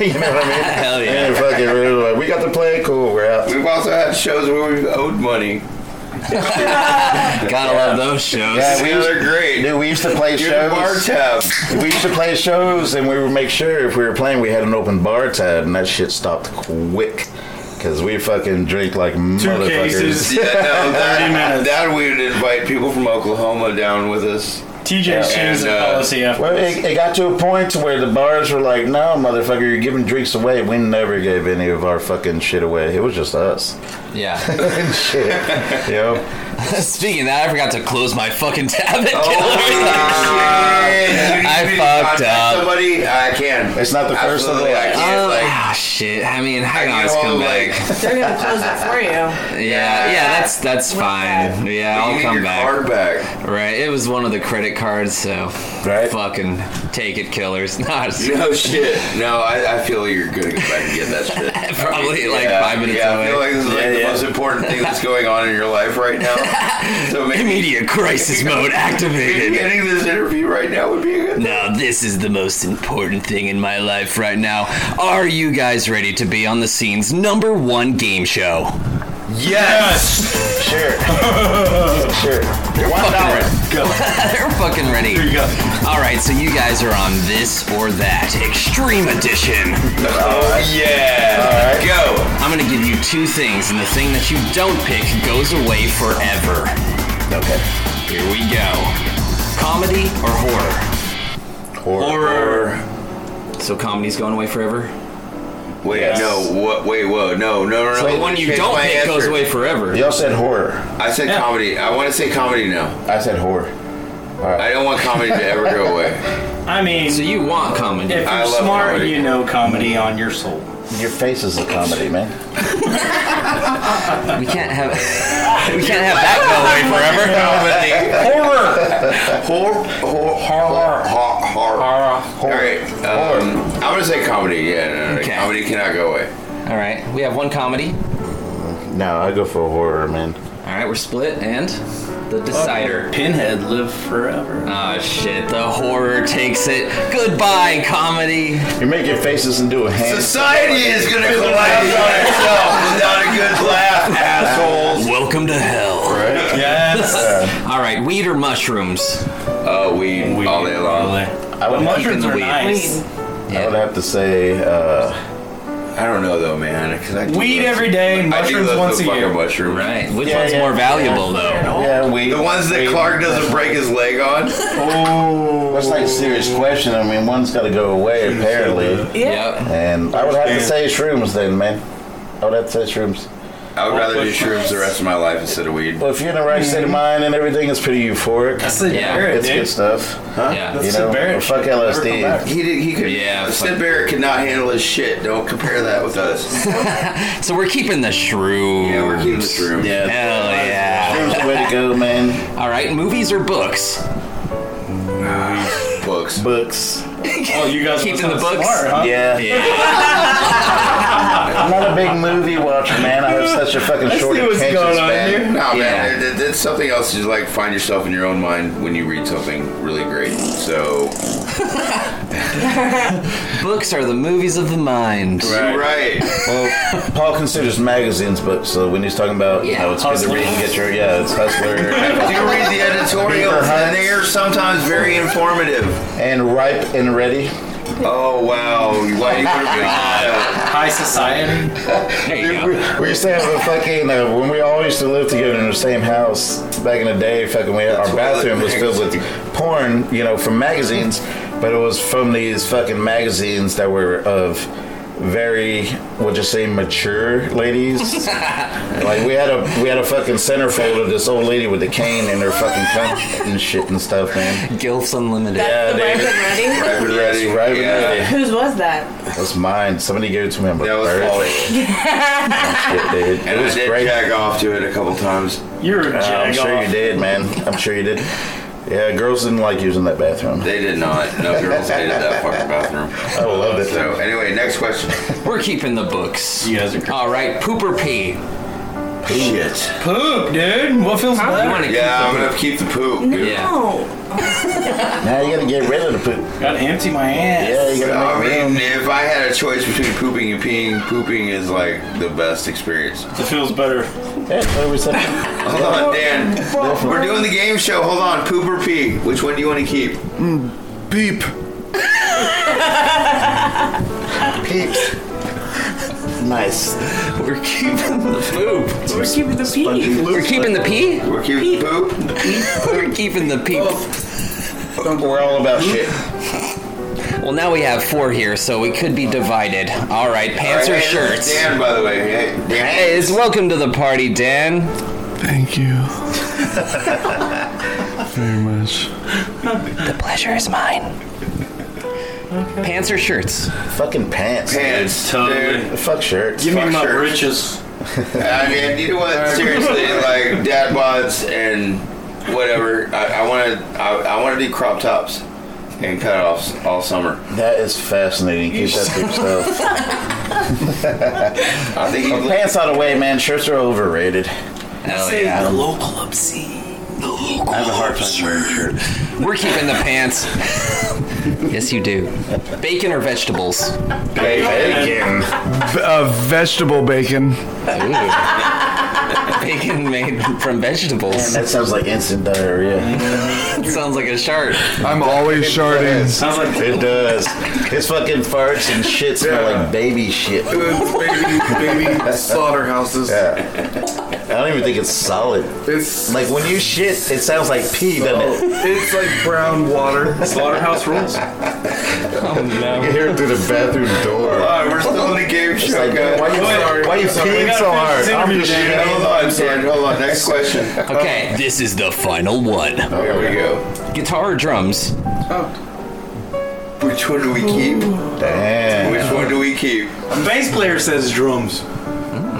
Speaker 10: [laughs] you know what i mean
Speaker 1: [laughs] Hell yeah.
Speaker 10: And fucking, we, were like, we got to play cool we're out
Speaker 8: We've also had shows where we've owed money.
Speaker 1: Gotta love those shows.
Speaker 10: Yeah, we-
Speaker 8: Yeah, they're great.
Speaker 10: Dude, we used to play
Speaker 8: You're the bar
Speaker 10: shows.
Speaker 8: tab.
Speaker 10: We used to play shows, and we would make sure if we were playing, we had an open bar tab, and that shit stopped quick because we fucking drink like motherfuckers.
Speaker 9: cases.
Speaker 10: [laughs]
Speaker 4: [laughs]
Speaker 8: Yeah, no, that,
Speaker 9: minutes.
Speaker 8: that we would invite people from Oklahoma down with us.
Speaker 9: TJ's changed the
Speaker 4: uh,
Speaker 9: policy after
Speaker 10: Well,
Speaker 9: this.
Speaker 10: it, it got to a point to where the bars were like, "No, motherfucker, you're giving drinks away." We never gave any of our fucking shit away. It was just
Speaker 4: [laughs]
Speaker 10: us. [laughs]
Speaker 1: Yeah.
Speaker 10: shit. Yo.
Speaker 1: [laughs] Speaking of that, I forgot to close my fucking tab
Speaker 4: Oh,
Speaker 1: at [laughs]
Speaker 4: I
Speaker 1: fucked up.
Speaker 4: Somebody, I can.
Speaker 10: It's not the first of the
Speaker 4: Absolutely, I
Speaker 10: last.
Speaker 4: can. like,
Speaker 1: Ah, shit. I mean, I can
Speaker 4: you
Speaker 1: always come
Speaker 4: all,
Speaker 1: back.
Speaker 4: like-
Speaker 3: They're gonna close it for you.
Speaker 1: Yeah, yeah, that's that's fine. Yeah,
Speaker 4: you
Speaker 1: I'll
Speaker 4: need
Speaker 1: come
Speaker 4: your
Speaker 1: back.
Speaker 4: card back.
Speaker 1: Right, it was one of the credit cards, so
Speaker 10: Right.
Speaker 1: fucking take it, killers. [laughs] Not
Speaker 4: No shit. No, I, I feel like you're gonna go back and get that shit.
Speaker 1: [laughs] Probably, like, five minutes
Speaker 4: yeah, I feel
Speaker 1: away.
Speaker 4: like this is like
Speaker 10: Yeah,
Speaker 4: the
Speaker 10: yeah.
Speaker 4: most important thing that's going on in your life right
Speaker 1: [laughs]
Speaker 4: now. So maybe
Speaker 1: immediate crisis [laughs] mode
Speaker 4: maybe
Speaker 1: activated.
Speaker 4: getting this interview right now would be a good.
Speaker 1: Now, this is the most important thing in my life right now. Are you guys ready to be on the scene's number one game show?
Speaker 4: Yes.
Speaker 10: Sure. [laughs] sure. One dollar. Go.
Speaker 1: [laughs] They're fucking ready.
Speaker 10: Here you go.
Speaker 1: All right, so you guys are on this or that extreme
Speaker 10: [laughs]
Speaker 1: edition.
Speaker 4: Oh yeah. Go.
Speaker 1: I'm gonna give you two things, and the thing that you don't pick goes away forever.
Speaker 10: Okay.
Speaker 1: Here we go. Comedy or horror?
Speaker 4: Horror.
Speaker 1: So comedy's going away forever.
Speaker 4: Wait,
Speaker 10: Yes.
Speaker 4: no. What? Wait, whoa. No, no, no. no.
Speaker 1: The one you
Speaker 4: Change
Speaker 1: don't
Speaker 4: my
Speaker 1: pick
Speaker 4: answer.
Speaker 1: goes away forever.
Speaker 10: Y'all said horror.
Speaker 4: I said comedy. I want to say comedy now.
Speaker 10: I said horror.
Speaker 4: I don't want comedy to ever
Speaker 10: [laughs]
Speaker 4: go away.
Speaker 9: I mean,
Speaker 1: So you want comedy?
Speaker 9: if
Speaker 4: I
Speaker 9: you're
Speaker 4: love
Speaker 9: smart,
Speaker 4: comedy.
Speaker 9: you know comedy on your soul.
Speaker 10: Your face is a comedy, man.
Speaker 1: We can't have we can't have that go away
Speaker 4: Horror.
Speaker 1: forever.
Speaker 4: Horror. Horror. Horror. All right. Um, I'm gonna say comedy. Yeah. No, no,
Speaker 1: Okay.
Speaker 4: Comedy cannot go away.
Speaker 1: All right, we have one comedy.
Speaker 10: No, I go for horror, man.
Speaker 1: All right, we're split, and the decider.
Speaker 9: Pinhead live forever.
Speaker 1: Oh shit, the horror takes it. Goodbye, comedy.
Speaker 10: You're making faces and doing hands.
Speaker 4: Society is gonna collapse on itself without a good laugh, assholes.
Speaker 1: Welcome to hell.
Speaker 10: Right?
Speaker 9: Yes.
Speaker 1: All right, weed or mushrooms?
Speaker 4: Oh, we, all day long.
Speaker 10: I would,
Speaker 9: Mushrooms
Speaker 1: the
Speaker 9: are
Speaker 1: weed.
Speaker 9: nice.
Speaker 10: I would have to say, uh,
Speaker 4: I don't know though, man. 'cause I do
Speaker 9: Weed
Speaker 4: love-
Speaker 9: every day,
Speaker 4: I do
Speaker 9: mushrooms
Speaker 4: love
Speaker 9: once
Speaker 4: the
Speaker 9: a
Speaker 4: fucking
Speaker 9: year.
Speaker 4: Mushroom.
Speaker 1: Right, which
Speaker 10: Yeah,
Speaker 1: one's
Speaker 10: yeah,
Speaker 1: more
Speaker 10: yeah.
Speaker 1: valuable though?
Speaker 10: yeah, we.
Speaker 4: The ones that Clark doesn't break his leg on.
Speaker 9: Oh.
Speaker 10: That's like a serious question. I mean, one's got to go away, apparently.
Speaker 1: Yep.
Speaker 10: And I would have to say shrooms then, man. I would have to say shrooms.
Speaker 4: I would rather do shrooms the rest of my life instead of weed.
Speaker 10: Well, if you're in the right state of mind and everything, it's pretty euphoric.
Speaker 9: Hmm. That's the
Speaker 1: Yeah.
Speaker 9: Barrett,
Speaker 10: It's
Speaker 9: dude.
Speaker 10: good stuff. Huh?
Speaker 1: Yeah.
Speaker 10: You
Speaker 9: That's
Speaker 10: know,
Speaker 9: the Barrett.
Speaker 10: fuck
Speaker 9: shit. Never
Speaker 10: LSD.
Speaker 9: come back.
Speaker 4: He did. He could.
Speaker 1: Yeah,
Speaker 4: Sid
Speaker 1: fuck.
Speaker 4: Barrett could not handle his shit. Don't compare that
Speaker 10: [laughs]
Speaker 4: with us.
Speaker 1: So we're keeping the shrooms.
Speaker 4: Yeah, we're keeping the shroom.
Speaker 10: Yeah.
Speaker 1: Hell yeah.
Speaker 10: Shrooms the way to go, man.
Speaker 1: All right, movies or books?
Speaker 4: Books.
Speaker 10: Books.
Speaker 9: Oh, you guys
Speaker 1: Keep
Speaker 9: must
Speaker 1: in the
Speaker 9: have
Speaker 1: books.
Speaker 9: Smart, huh?
Speaker 10: Yeah. I'm not a big movie watcher, man. I have such a fucking short
Speaker 9: what's
Speaker 10: attention
Speaker 9: going on
Speaker 10: span.
Speaker 9: here.
Speaker 4: No,
Speaker 1: Yeah.
Speaker 4: man, it- it- it's something else. You like find yourself in your own mind when you read something really great. So
Speaker 1: Books are the movies of the mind.
Speaker 4: right,
Speaker 10: Well, Paul considers magazines books, so when he's talking about how it's good to read and get your yeah, it's hustler
Speaker 4: do read the editorials, and they are sometimes very informative.
Speaker 10: and ripe and ready.
Speaker 4: Oh wow, [laughs] why you put a big [laughs] smile?
Speaker 9: High society.
Speaker 1: There you go.
Speaker 10: We we used to have a fucking uh, when we all used to live together in the same house back in the day. Fucking, we had, our bathroom was filled with porn, you know, from magazines, but it was from these fucking magazines that were of very, we'll just say, mature ladies. like we had a we had a fucking centerfold of this old lady with a cane and her fucking cunt and shit and stuff, man.
Speaker 1: Gilfs Unlimited.
Speaker 10: Yeah,
Speaker 3: The ripe
Speaker 10: dude.
Speaker 3: and ready.
Speaker 4: Rapid
Speaker 10: Yes,
Speaker 4: ready.
Speaker 10: right.
Speaker 4: Yeah.
Speaker 10: Yeah.
Speaker 3: Whose was that?
Speaker 10: That's mine. Somebody gave it to me. I'm like,
Speaker 4: That was
Speaker 10: "Bird."
Speaker 4: falling.
Speaker 3: [laughs]
Speaker 10: Shit, dude. It
Speaker 4: And I
Speaker 10: was
Speaker 4: did
Speaker 10: great.
Speaker 4: jack off to it a couple times.
Speaker 9: You're a
Speaker 10: Uh, I'm
Speaker 9: jack
Speaker 10: sure you did, man. I'm sure you did. Yeah, girls didn't like using that bathroom.
Speaker 4: They did not. No girls hated that fucking bathroom.
Speaker 10: I love it.
Speaker 4: So anyway, next question.
Speaker 1: We're keeping the books.
Speaker 9: You guys are
Speaker 1: All right, poop or pee?
Speaker 4: Shit.
Speaker 9: poop, dude. What feels
Speaker 1: You
Speaker 9: better?
Speaker 1: want to
Speaker 4: Yeah, I'm gonna keep the poop. dude.
Speaker 1: Yeah.
Speaker 3: No.
Speaker 10: Now you gotta get rid of the poop.
Speaker 9: Gotta empty my ass.
Speaker 10: Yeah, you
Speaker 4: I
Speaker 10: gotta make
Speaker 4: mean,
Speaker 10: room.
Speaker 4: if I had a choice between pooping and peeing, pooping is like the best experience.
Speaker 9: It feels better.
Speaker 10: Yeah, that's what we said.
Speaker 4: Hold on, Dan. We're doing the game show. Hold on, poop or pee? Which one do you want to keep?
Speaker 10: Hmm, Peep. Peeps. Nice.
Speaker 1: We're keeping the poop.
Speaker 3: We're keeping the pee.
Speaker 1: We're keeping the pee?
Speaker 4: We're keeping poop.
Speaker 1: We're keeping the pee.
Speaker 3: Oh.
Speaker 10: Nope, we're all about shit.
Speaker 1: Well, now we have four here, so we could be divided. All right, pants
Speaker 10: All right,
Speaker 1: or
Speaker 10: hey,
Speaker 1: shirts?
Speaker 10: Dan, by the way. Hey, Dan.
Speaker 1: Hey, it's welcome to the party, Dan.
Speaker 10: [laughs]
Speaker 11: Thank you very much.
Speaker 1: The pleasure is mine. Pants or shirts?
Speaker 10: Fucking pants.
Speaker 4: Pants,
Speaker 10: dude.
Speaker 4: totally.
Speaker 10: Dude, Fuck shirts.
Speaker 4: Give me
Speaker 10: Fuck
Speaker 4: my
Speaker 10: shirts.
Speaker 5: riches.
Speaker 4: [laughs] I mean, you know what? Seriously, like dad bods and whatever. I, I want to. I, I want to do crop tops and cutoffs all summer.
Speaker 10: That is fascinating. Keep that
Speaker 4: [laughs]
Speaker 10: to yourself. I think pants out of the way, man. Shirts are overrated.
Speaker 1: Hell Say yeah. the
Speaker 5: local obscene. The local
Speaker 10: I have a hard time wearing shirts.
Speaker 1: We're keeping the pants. yes, you do. Bacon or vegetables?
Speaker 11: Bacon. V- uh, vegetable bacon.
Speaker 1: Bacon made from
Speaker 10: Man,
Speaker 1: vegetables.
Speaker 10: that sounds like instant diarrhea.
Speaker 1: Mm-hmm. Sounds like a shark.
Speaker 11: I'm always sharding.
Speaker 10: Sounds like it does. His fucking farts and shit smell like baby shit. [laughs]
Speaker 3: baby, baby slaughterhouses.
Speaker 10: Yeah. I don't even think it's solid.
Speaker 3: It's
Speaker 10: Like when you shit, it sounds like pee, doesn't it?
Speaker 3: it's like brown water.
Speaker 5: Slaughterhouse rules.
Speaker 10: You can hear it through the bathroom door.
Speaker 4: All right, we're still in the game
Speaker 10: It's
Speaker 4: show,
Speaker 10: like,
Speaker 4: guys.
Speaker 10: why you-
Speaker 4: Sorry.
Speaker 10: why you
Speaker 4: Sorry.
Speaker 10: peeing
Speaker 4: We gotta
Speaker 10: so
Speaker 4: finish
Speaker 10: hard?
Speaker 4: this
Speaker 10: I'm
Speaker 4: interview,
Speaker 10: just
Speaker 4: Dan.
Speaker 10: shitting.
Speaker 4: Hold on, Dan. Hold on. Next question. [laughs]
Speaker 1: Okay, this is the final one.
Speaker 4: Here we go.
Speaker 1: Guitar or drums?
Speaker 4: Which one do we keep?
Speaker 10: Damn.
Speaker 4: Which one do we keep?
Speaker 5: A bass player says drums.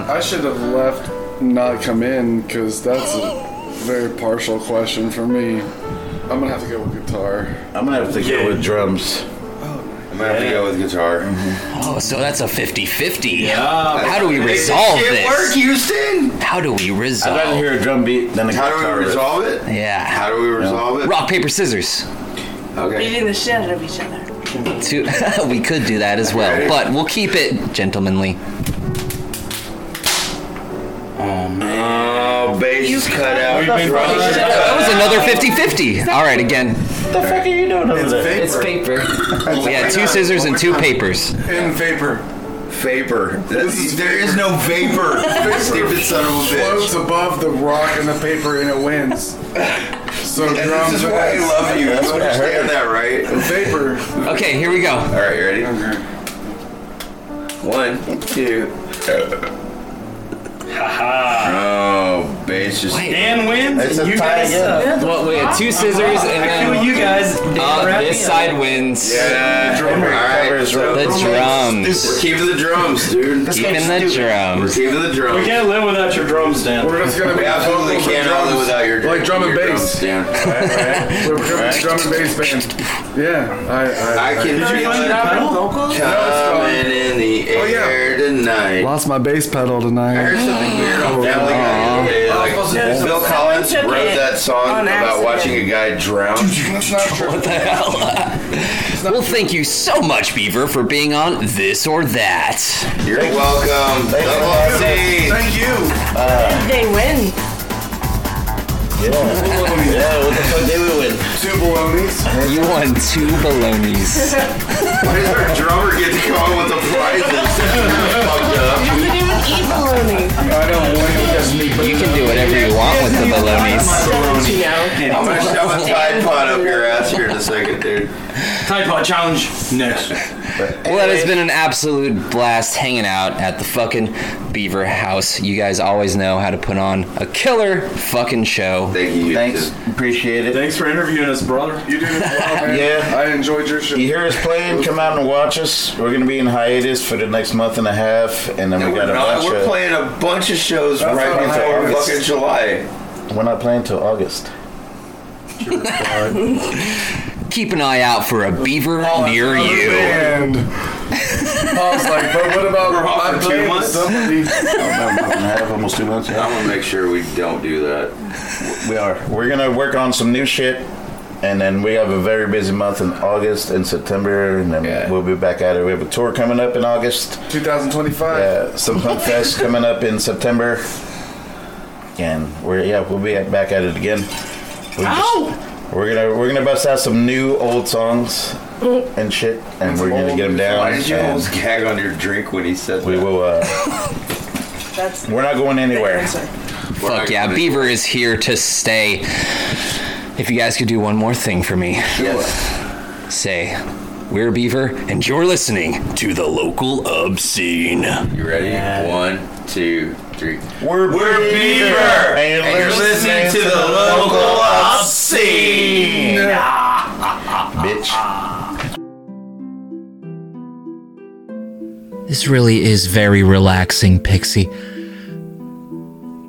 Speaker 3: I should have left, not come in, because that's a very partial question for me. I'm gonna have to go with guitar.
Speaker 10: I'm gonna have to go with drums.
Speaker 4: I'm gonna have to go with guitar.
Speaker 1: Oh, so that's a 50 50.
Speaker 5: Yeah.
Speaker 1: How do we
Speaker 4: Does
Speaker 1: resolve
Speaker 4: shit work,
Speaker 1: this?
Speaker 4: Houston?
Speaker 1: How do we
Speaker 10: I'd rather
Speaker 1: resolve?
Speaker 10: hear a drum beat than a
Speaker 4: How do
Speaker 10: guitar
Speaker 4: we
Speaker 10: riff.
Speaker 4: resolve it?
Speaker 1: Yeah.
Speaker 4: How do we resolve it?
Speaker 1: Rock, paper, scissors.
Speaker 4: Okay.
Speaker 8: Beating the shit out of each other.
Speaker 1: Two, [laughs] we could do that as well, but we'll keep it gentlemanly. Uh,
Speaker 4: Oh, bass is cut out.
Speaker 1: That was another 50 50. All right, again.
Speaker 10: What the fuck are you doing over there?
Speaker 1: It's
Speaker 4: [laughs]
Speaker 1: paper. We had two scissors and two papers.
Speaker 3: In vapor.
Speaker 4: Vapor. This- there is no
Speaker 3: [laughs]
Speaker 4: vapor. Stupid son of a
Speaker 3: Floats
Speaker 4: bitch.
Speaker 3: above the rock and the paper and it wins. So
Speaker 4: And
Speaker 3: drums.
Speaker 4: this is why I love you. You understand that, right?
Speaker 3: Vapor.
Speaker 1: Okay, here we go.
Speaker 4: All right, you ready? One, two. Oh, bass just.
Speaker 1: Wait.
Speaker 5: Dan wins.
Speaker 10: It's
Speaker 5: and
Speaker 10: a
Speaker 5: you
Speaker 10: tie
Speaker 5: guys
Speaker 10: again.
Speaker 5: suck.
Speaker 1: Well, we had two scissors and
Speaker 5: I feel
Speaker 1: then
Speaker 5: you guys. Dan
Speaker 1: uh,
Speaker 5: wrapped me
Speaker 1: this
Speaker 5: up.
Speaker 1: side wins.
Speaker 4: Yeah. All right. So
Speaker 1: The drums.
Speaker 4: We're keeping the drums, dude.
Speaker 1: Keeping the
Speaker 4: We're
Speaker 1: drums.
Speaker 4: keeping the
Speaker 5: We
Speaker 4: drums.
Speaker 5: can't live without your drums, Dan.
Speaker 3: We're just gonna
Speaker 4: We
Speaker 3: be
Speaker 4: absolutely cannot live without your
Speaker 3: Like drum and
Speaker 4: your
Speaker 3: bass.
Speaker 4: drums, Dan.
Speaker 3: We're becoming a drum and bass band. Yeah, I,
Speaker 4: I
Speaker 3: I,
Speaker 4: can feel it coming in the
Speaker 3: Oh, yeah.
Speaker 4: air tonight.
Speaker 3: lost my bass pedal
Speaker 4: I heard
Speaker 3: tonight.
Speaker 4: something weird
Speaker 3: Oh,
Speaker 4: on Family Guy the other day, like, Bill Collins
Speaker 8: Someone took
Speaker 4: wrote
Speaker 8: it
Speaker 4: that song
Speaker 8: on
Speaker 4: about
Speaker 8: accident.
Speaker 4: watching a guy drown.
Speaker 3: That's not true.
Speaker 1: What the hell? well, thank you so much, Beaver, for being on this or that.
Speaker 4: You're
Speaker 1: Um,
Speaker 4: welcome.
Speaker 10: Thank you.
Speaker 4: Double C.
Speaker 3: Thank you.
Speaker 8: They win.
Speaker 10: Yeah. yeah, what the fuck did we win?
Speaker 3: Two balonies.
Speaker 1: You won two balonies.
Speaker 4: [laughs] Why does our drummer get to go on with the prizes?
Speaker 3: [laughs]
Speaker 4: That's
Speaker 8: You didn't even eat baloney.
Speaker 3: I don't want to guess me, but
Speaker 1: You can do whatever you want with the balonies.
Speaker 8: Don't you know?
Speaker 4: really fucked up. I'm gonna shove a Tide Pod up your ass here in a second, dude.
Speaker 5: Tide Pod Challenge next.
Speaker 1: Well, that has been an absolute blast hanging out at the fucking Beaver House. You guys always know how to put on a killer fucking show.
Speaker 4: Thank you.
Speaker 10: Thanks, appreciate it.
Speaker 5: Thanks for interviewing us, brother.
Speaker 3: you did it well, man.
Speaker 10: Yeah.
Speaker 3: I enjoyed your show.
Speaker 10: You hear us playing? Come out and watch us. We're gonna be in hiatus for the next month and a half, and then
Speaker 4: No,
Speaker 10: we
Speaker 4: we're
Speaker 10: got a
Speaker 4: not.
Speaker 10: bunch
Speaker 4: We're
Speaker 10: of.
Speaker 4: playing a bunch of shows
Speaker 10: That's
Speaker 4: right
Speaker 10: not
Speaker 4: before
Speaker 10: August.
Speaker 4: fucking July.
Speaker 10: We're not playing till August.
Speaker 1: [laughs] Keep an eye out for a beaver near you.
Speaker 3: And I was like, but what about
Speaker 4: We're off
Speaker 3: my
Speaker 4: for two
Speaker 3: playing
Speaker 4: months?
Speaker 3: somebody?
Speaker 10: [laughs] half, almost two months.
Speaker 4: I'm gonna make sure we don't do that.
Speaker 10: We are. We're gonna work on some new shit, and then we have a very busy month in August and September, and then
Speaker 4: Yeah.
Speaker 10: we'll be back at it. We have a tour coming up in August.
Speaker 3: 2025.
Speaker 10: Uh, some punk fest coming up in September, and we're yeah we'll be at, back at it again. We just, we're gonna we're gonna bust out some new old songs and shit, and we're gonna get them down.
Speaker 4: Why did you
Speaker 10: and
Speaker 4: almost gag on your drink when he said
Speaker 10: we
Speaker 4: that?
Speaker 10: will. Uh,
Speaker 8: That's the
Speaker 10: we're not going anywhere.
Speaker 8: answer.
Speaker 4: We're not
Speaker 1: Fuck yeah,
Speaker 4: gonna-
Speaker 1: Beaver is here to stay. If you guys could do one more thing for me. Say, we're Beaver, and you're listening to the local obscene. You
Speaker 8: ready? One, two, three.
Speaker 10: We're,
Speaker 8: We're Beaver, and, you're listening, to the local obscene.
Speaker 10: Bitch.
Speaker 4: Ah.
Speaker 5: This really is very relaxing, Pixie.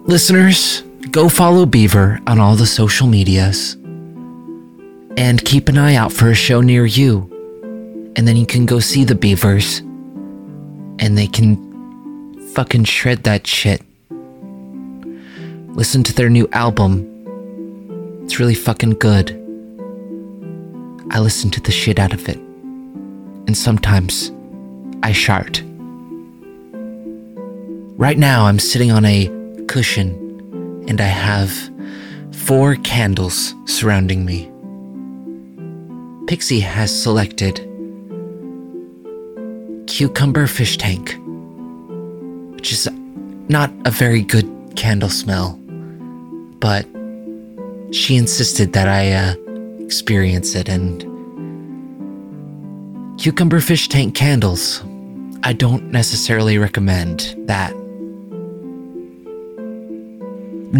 Speaker 5: Listeners, go follow Beaver on all the social medias. And keep an eye out for a show near you. And then you can go see the Beavers. And they can fucking shred that shit. Listen to their new album. It's really fucking good. I listen to the shit out of it. And sometimes I shart. Right now, I'm sitting on a cushion and I have four candles surrounding me. Pixie has selected Cucumber Fish Tank, which is not a very good candle smell, but she insisted that I uh, experience it and Cucumber fish tank candles. I don't necessarily recommend that.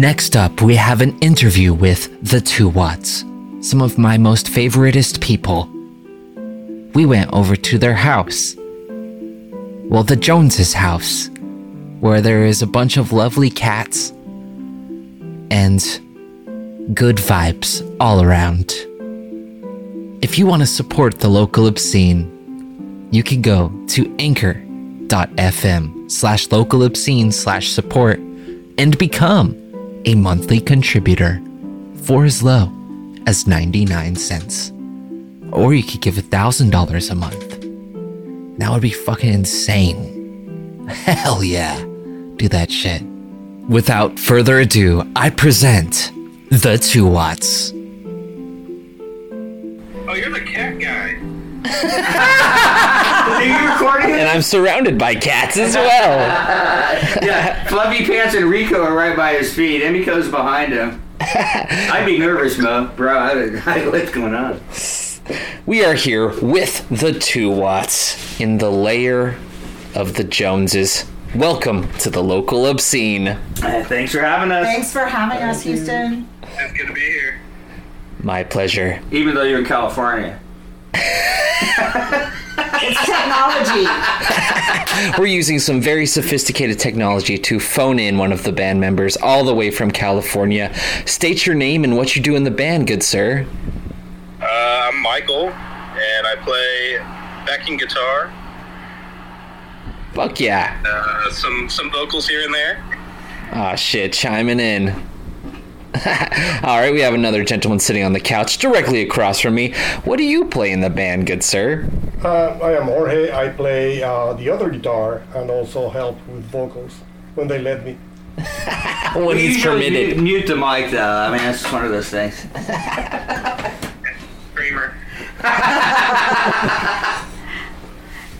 Speaker 5: Next up, we have an interview with the Two Watts, some of my most favoritist people. We went over to their house. Well, the Joneses' house, where there is a bunch of lovely cats and good vibes all around. If you want to support the local obscene, you can go to anchor.fm slash local obscene slash support and become a monthly contributor for as low as 99 cents. Or you could give $1,000 a month. That would be fucking insane. Hell yeah. Do that shit. Without further ado, I present the two watts.
Speaker 4: Oh, you're the cat guy.
Speaker 8: Are you recording?
Speaker 1: And I'm surrounded by cats as well.
Speaker 8: yeah, Fluffy Pants and Rico are right by his feet. Emiko's behind him. I'd be nervous, Mo. Bro, I, I, [laughs] what's going on?
Speaker 1: We are here with the two Watts in the layer of the Joneses. Welcome to the local obscene.
Speaker 8: Uh, Thanks for having us.
Speaker 12: Thanks for having us, Houston.
Speaker 1: My pleasure.
Speaker 8: Even though you're in California.
Speaker 12: It's technology.
Speaker 1: We're using some very sophisticated technology to phone in one of the band members all the way from California. State your name and what you do in the band, good sir.
Speaker 4: Uh, I'm Michael, and I play backing guitar,
Speaker 1: Fuck yeah.
Speaker 4: uh, some some vocals here and there.
Speaker 1: Ah, shit, chiming in. [laughs] all right, we have another gentleman sitting on the couch directly across from me. What do you play in the band, good sir?
Speaker 13: Uh, I am Jorge. I play uh, the other guitar and also help with vocals when they
Speaker 8: [laughs]
Speaker 13: let me.
Speaker 1: when
Speaker 8: he's permitted. Mute the mic, though. I mean, that's one of those things.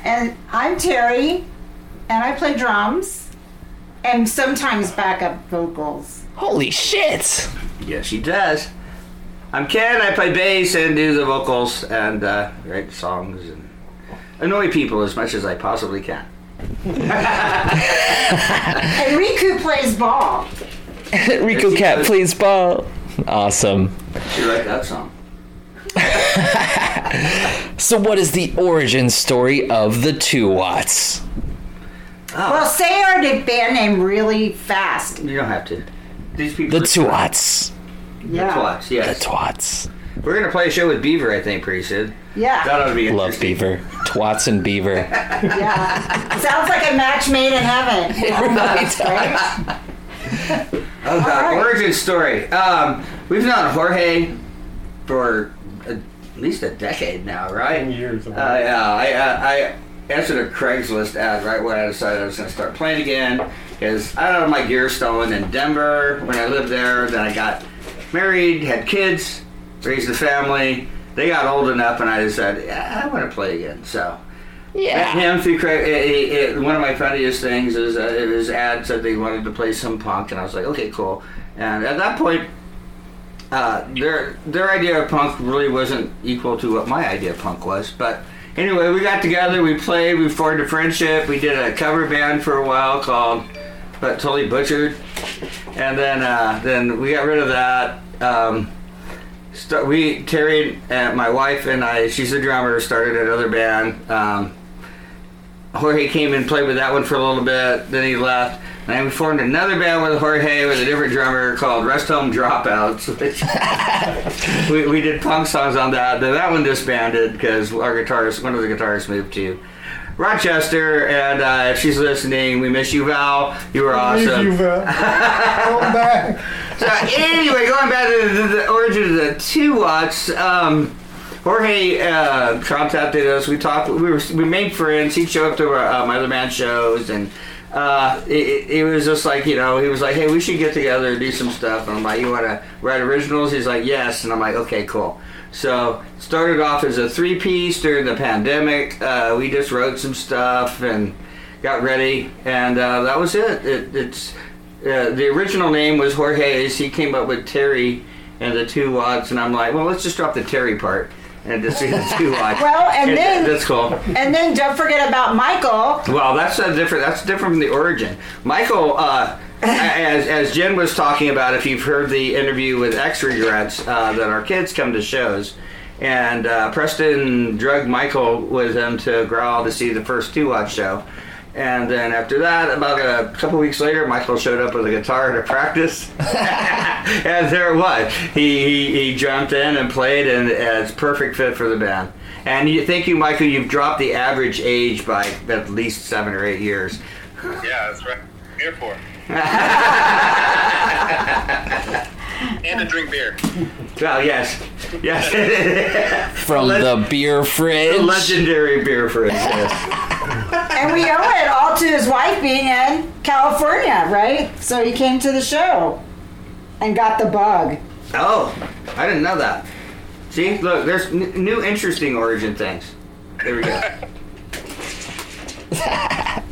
Speaker 12: And I'm Terry, and I play drums and sometimes backup vocals.
Speaker 1: Holy shit!
Speaker 8: Yes, she does. I'm Ken. I play bass and do the vocals and uh, write songs and annoy people as much as I possibly can.
Speaker 12: And Riku plays
Speaker 1: [laughs]
Speaker 12: ball.
Speaker 1: Rico Cat plays ball. Awesome.
Speaker 8: She liked that song.
Speaker 1: So, what is the origin story of the Two Watts?
Speaker 3: Oh.
Speaker 12: Well, say our band name really fast.
Speaker 8: You don't have to. These people.
Speaker 1: The Two Watts.
Speaker 12: Yeah.
Speaker 8: The twats. Yes.
Speaker 1: The Twats.
Speaker 8: We're gonna play a show with Beaver, I think, pretty soon.
Speaker 12: Yeah.
Speaker 8: That ought to be.
Speaker 1: Love Beaver. Twats and
Speaker 8: [laughs]
Speaker 1: Beaver.
Speaker 12: Yeah. Sounds like a match made in
Speaker 3: [laughs]
Speaker 12: heaven. Almost, right?
Speaker 8: Oh God! Origin story. Um, we've known Jorge for a, at least a decade now, right?
Speaker 13: Years of
Speaker 8: Uh, yeah, I, I, I answered a Craigslist ad right when I decided I was going to start playing again because I had my gear stolen in Denver when I lived there. Then I got married, had kids, raised a family. They got old enough, and I decided yeah, I want to play again. So met him through Craig. It, it, it, one of my funniest things is uh, it was ad said they wanted to play some punk, and I was like, okay, cool. And at that point, uh, their their idea of punk really wasn't equal to what my idea of punk was. But anyway, we got together, we played, we formed a friendship. We did a cover band for a while called, but totally butchered. And then uh, then we got rid of that. Um, st- we Terry, uh, my wife and I, she's the drummer, started another band. Um, Jorge came and played with that one for a little bit, then he left. And then we formed another band with Jorge with a different drummer called Rest Home Dropouts. which- [laughs] we, we did punk songs on that. Then that one disbanded because our guitarist, one of the guitarists, moved to Rochester. And uh, if she's listening, we miss you, Val. You were
Speaker 13: Leave
Speaker 8: awesome.
Speaker 13: you, Val. Come back.
Speaker 8: So anyway, going back to the, the origin of the two watts, um, Jorge uh, contacted us. We talked. We were we made friends. He'd show up to our, uh, my other man shows, and uh, it- it, it was just like you know. He was like, "Hey, we should get together and do some stuff." And I'm like, "You want to write originals?" He's like, "Yes." And I'm like, "Okay, cool." So started off as a three piece during the pandemic. Uh, we just wrote some stuff and got ready, and uh, that was it. it it's uh, the original name was Jorge's. He came up with Terry and the two odds, and I'm like, well, let's just drop the Terry part and just see the
Speaker 12: [laughs]
Speaker 8: two odds.
Speaker 12: Well, and then-
Speaker 8: that's cool.
Speaker 12: And then don't forget about Michael.
Speaker 8: Well, that's a different. That's different from the origin. Michael, uh, as as Jen was talking about, if you've heard the interview with X Regrets, uh, that our kids come to shows, and uh, Preston drugged Michael with him to Growl to see the first two watch show. And then after that, about a couple weeks later, Michael showed up with a guitar to practice. and there it was. He, he he jumped in and played, and it's perfect fit for the band. And you thank you, Michael. You've dropped the average age by at least seven or eight years. [laughs]
Speaker 4: Yeah, that's right. I'm here for.
Speaker 8: [laughs]
Speaker 4: and to drink beer.
Speaker 8: Well, yes, yes. [laughs]
Speaker 1: From the beer fridge.
Speaker 8: legendary beer fridge. Yes.
Speaker 1: [laughs]
Speaker 12: [laughs] And we owe it all to his wife being in California, right? So he came to the show and got the bug.
Speaker 8: oh, I didn't know that. See, look, there's n- new interesting origin things. There we go.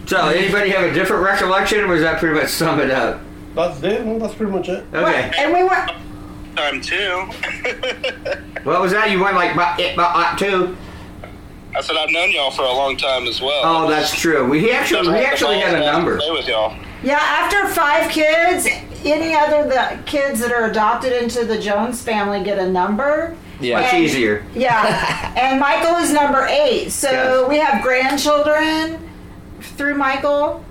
Speaker 8: so, anybody have a different recollection, or was that pretty much sum it up?
Speaker 13: That's it. Well, that's pretty much it.
Speaker 8: Okay.
Speaker 12: And we went.
Speaker 4: Time two.
Speaker 8: What was that? You went like bah, it, bah, ah, too.
Speaker 4: I said I've known y'all for a long time as well.
Speaker 8: Oh, that's true. We he actually we actually had a number.
Speaker 4: Play with y'all.
Speaker 12: Yeah, after five kids, any other the kids that are adopted into the Jones family get a number.
Speaker 8: Yeah, much
Speaker 12: And-
Speaker 8: easier. [laughs]
Speaker 12: Yeah, and Michael is number eight. So
Speaker 8: Yes.
Speaker 12: we have grandchildren through Michael.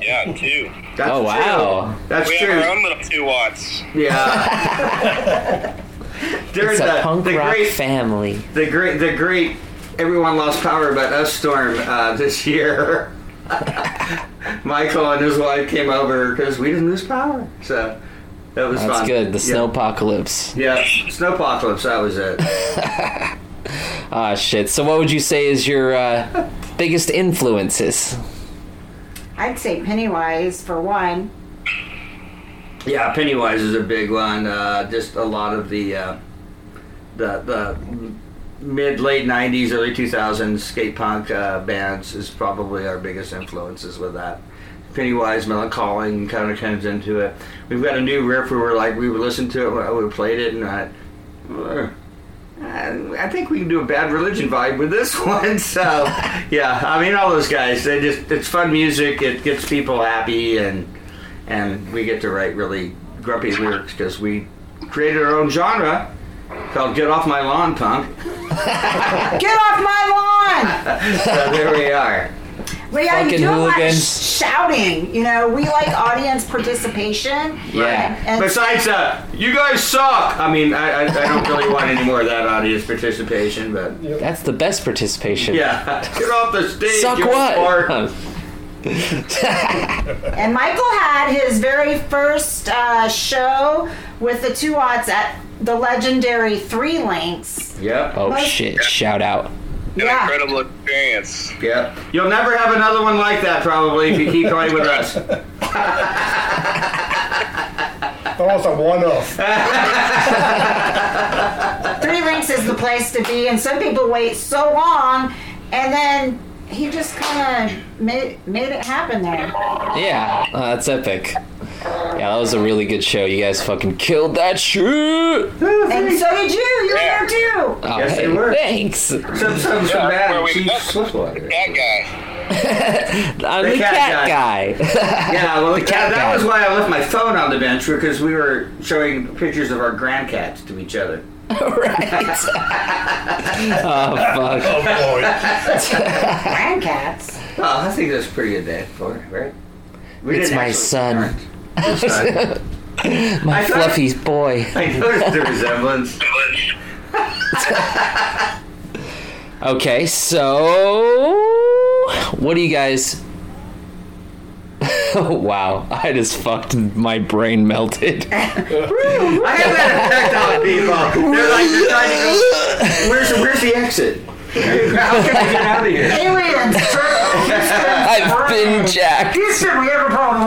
Speaker 4: Yeah, two.
Speaker 8: That's
Speaker 1: Oh, wow.
Speaker 8: true. That's
Speaker 4: we
Speaker 8: true.
Speaker 4: have our own little two watts.
Speaker 8: Yeah. [laughs] There's
Speaker 1: it's a
Speaker 8: the-
Speaker 1: punk
Speaker 8: the
Speaker 1: rock
Speaker 8: great-
Speaker 1: family.
Speaker 8: The great, the great, everyone lost power but us storm uh, this year. [laughs] Michael and his wife came over because we didn't lose power, so that was
Speaker 1: That's
Speaker 8: fun.
Speaker 1: good. The
Speaker 8: yeah.
Speaker 1: snow snowpocalypse.
Speaker 8: Yeah, snowpocalypse. That was it.
Speaker 1: Ah, shit. So, what would you say is your uh, biggest influences?
Speaker 12: I'd say Pennywise for one. [laughs]
Speaker 8: Yeah, Pennywise is a big one. Uh, just a lot of the uh, the the mid late '90s, early 2000s skate punk uh, bands is probably our biggest influences with that. Pennywise, Melancholy kind of comes into it. We've got a new riff. We were like, we would listen to it, when we played it, and I, "Ugh, I I think we can do a bad religion vibe with this [laughs] one. So,
Speaker 4: [laughs]
Speaker 8: yeah, I mean, all those guys, they just, it's fun music. It gets people happy, and and we get to write really grumpy lyrics because we created our own genre called "Get Off My Lawn, Punk." [laughs]
Speaker 12: Get off my lawn!
Speaker 8: so there we are.
Speaker 12: We are
Speaker 8: Fucking
Speaker 12: doing a lot of
Speaker 8: hooligans.
Speaker 12: shouting. You know, we like audience participation.
Speaker 8: [laughs]
Speaker 12: And-
Speaker 8: Besides that, you guys suck. I mean, I, I, I don't really want any more of that audience participation, but
Speaker 1: That's the best participation.
Speaker 8: yeah, [laughs] get off the stage.
Speaker 1: Suck
Speaker 8: you
Speaker 1: what?
Speaker 8: fart.
Speaker 1: [laughs]
Speaker 12: And Michael had his very first uh, show with the two odds at the legendary Three Links.
Speaker 8: Yep.
Speaker 1: Oh, shit. Shout out.
Speaker 4: An incredible experience.
Speaker 8: Yep. You'll never have another one like that, probably, if you keep going with us.
Speaker 13: That was a
Speaker 8: [laughs]
Speaker 13: one-off.
Speaker 12: Three Links is the place to be, and some people wait so long, and then he just kind of made, made it happen there.
Speaker 1: Yeah, uh, that's epic. Yeah, that was a really good show. You guys fucking killed that shit.
Speaker 12: And so did you. You were there too.
Speaker 1: Oh, hey, thanks. [laughs]
Speaker 8: Cat guy. [laughs]
Speaker 1: I'm the, cat, guy. [laughs]
Speaker 8: yeah, well,
Speaker 1: The
Speaker 8: [laughs] that,
Speaker 1: cat
Speaker 8: that
Speaker 1: guy.
Speaker 8: was why I left my phone on the bench because we were showing pictures of our grandcats to
Speaker 1: [laughs]
Speaker 8: each other. [laughs]
Speaker 1: Oh fuck.
Speaker 12: Grandcats.
Speaker 8: Well, Oh, I think that's a pretty good day for it,
Speaker 1: [laughs]
Speaker 8: right? We
Speaker 1: it's
Speaker 8: didn't
Speaker 1: my
Speaker 8: actually-
Speaker 1: son.
Speaker 8: son.
Speaker 1: my
Speaker 8: I thought-
Speaker 1: fluffy's boy.
Speaker 8: [laughs] I noticed the resemblance.
Speaker 1: [laughs] Okay, so what do you guys? [laughs] wow, I just fucked. My brain melted.
Speaker 8: I have that effect on people. They're like, they're trying to go, where's, where's the exit? [laughs] How can I get out of here?
Speaker 12: Aliens.
Speaker 1: [laughs] I've been
Speaker 4: [laughs]
Speaker 1: jacked.
Speaker 12: Houston, we have a problem.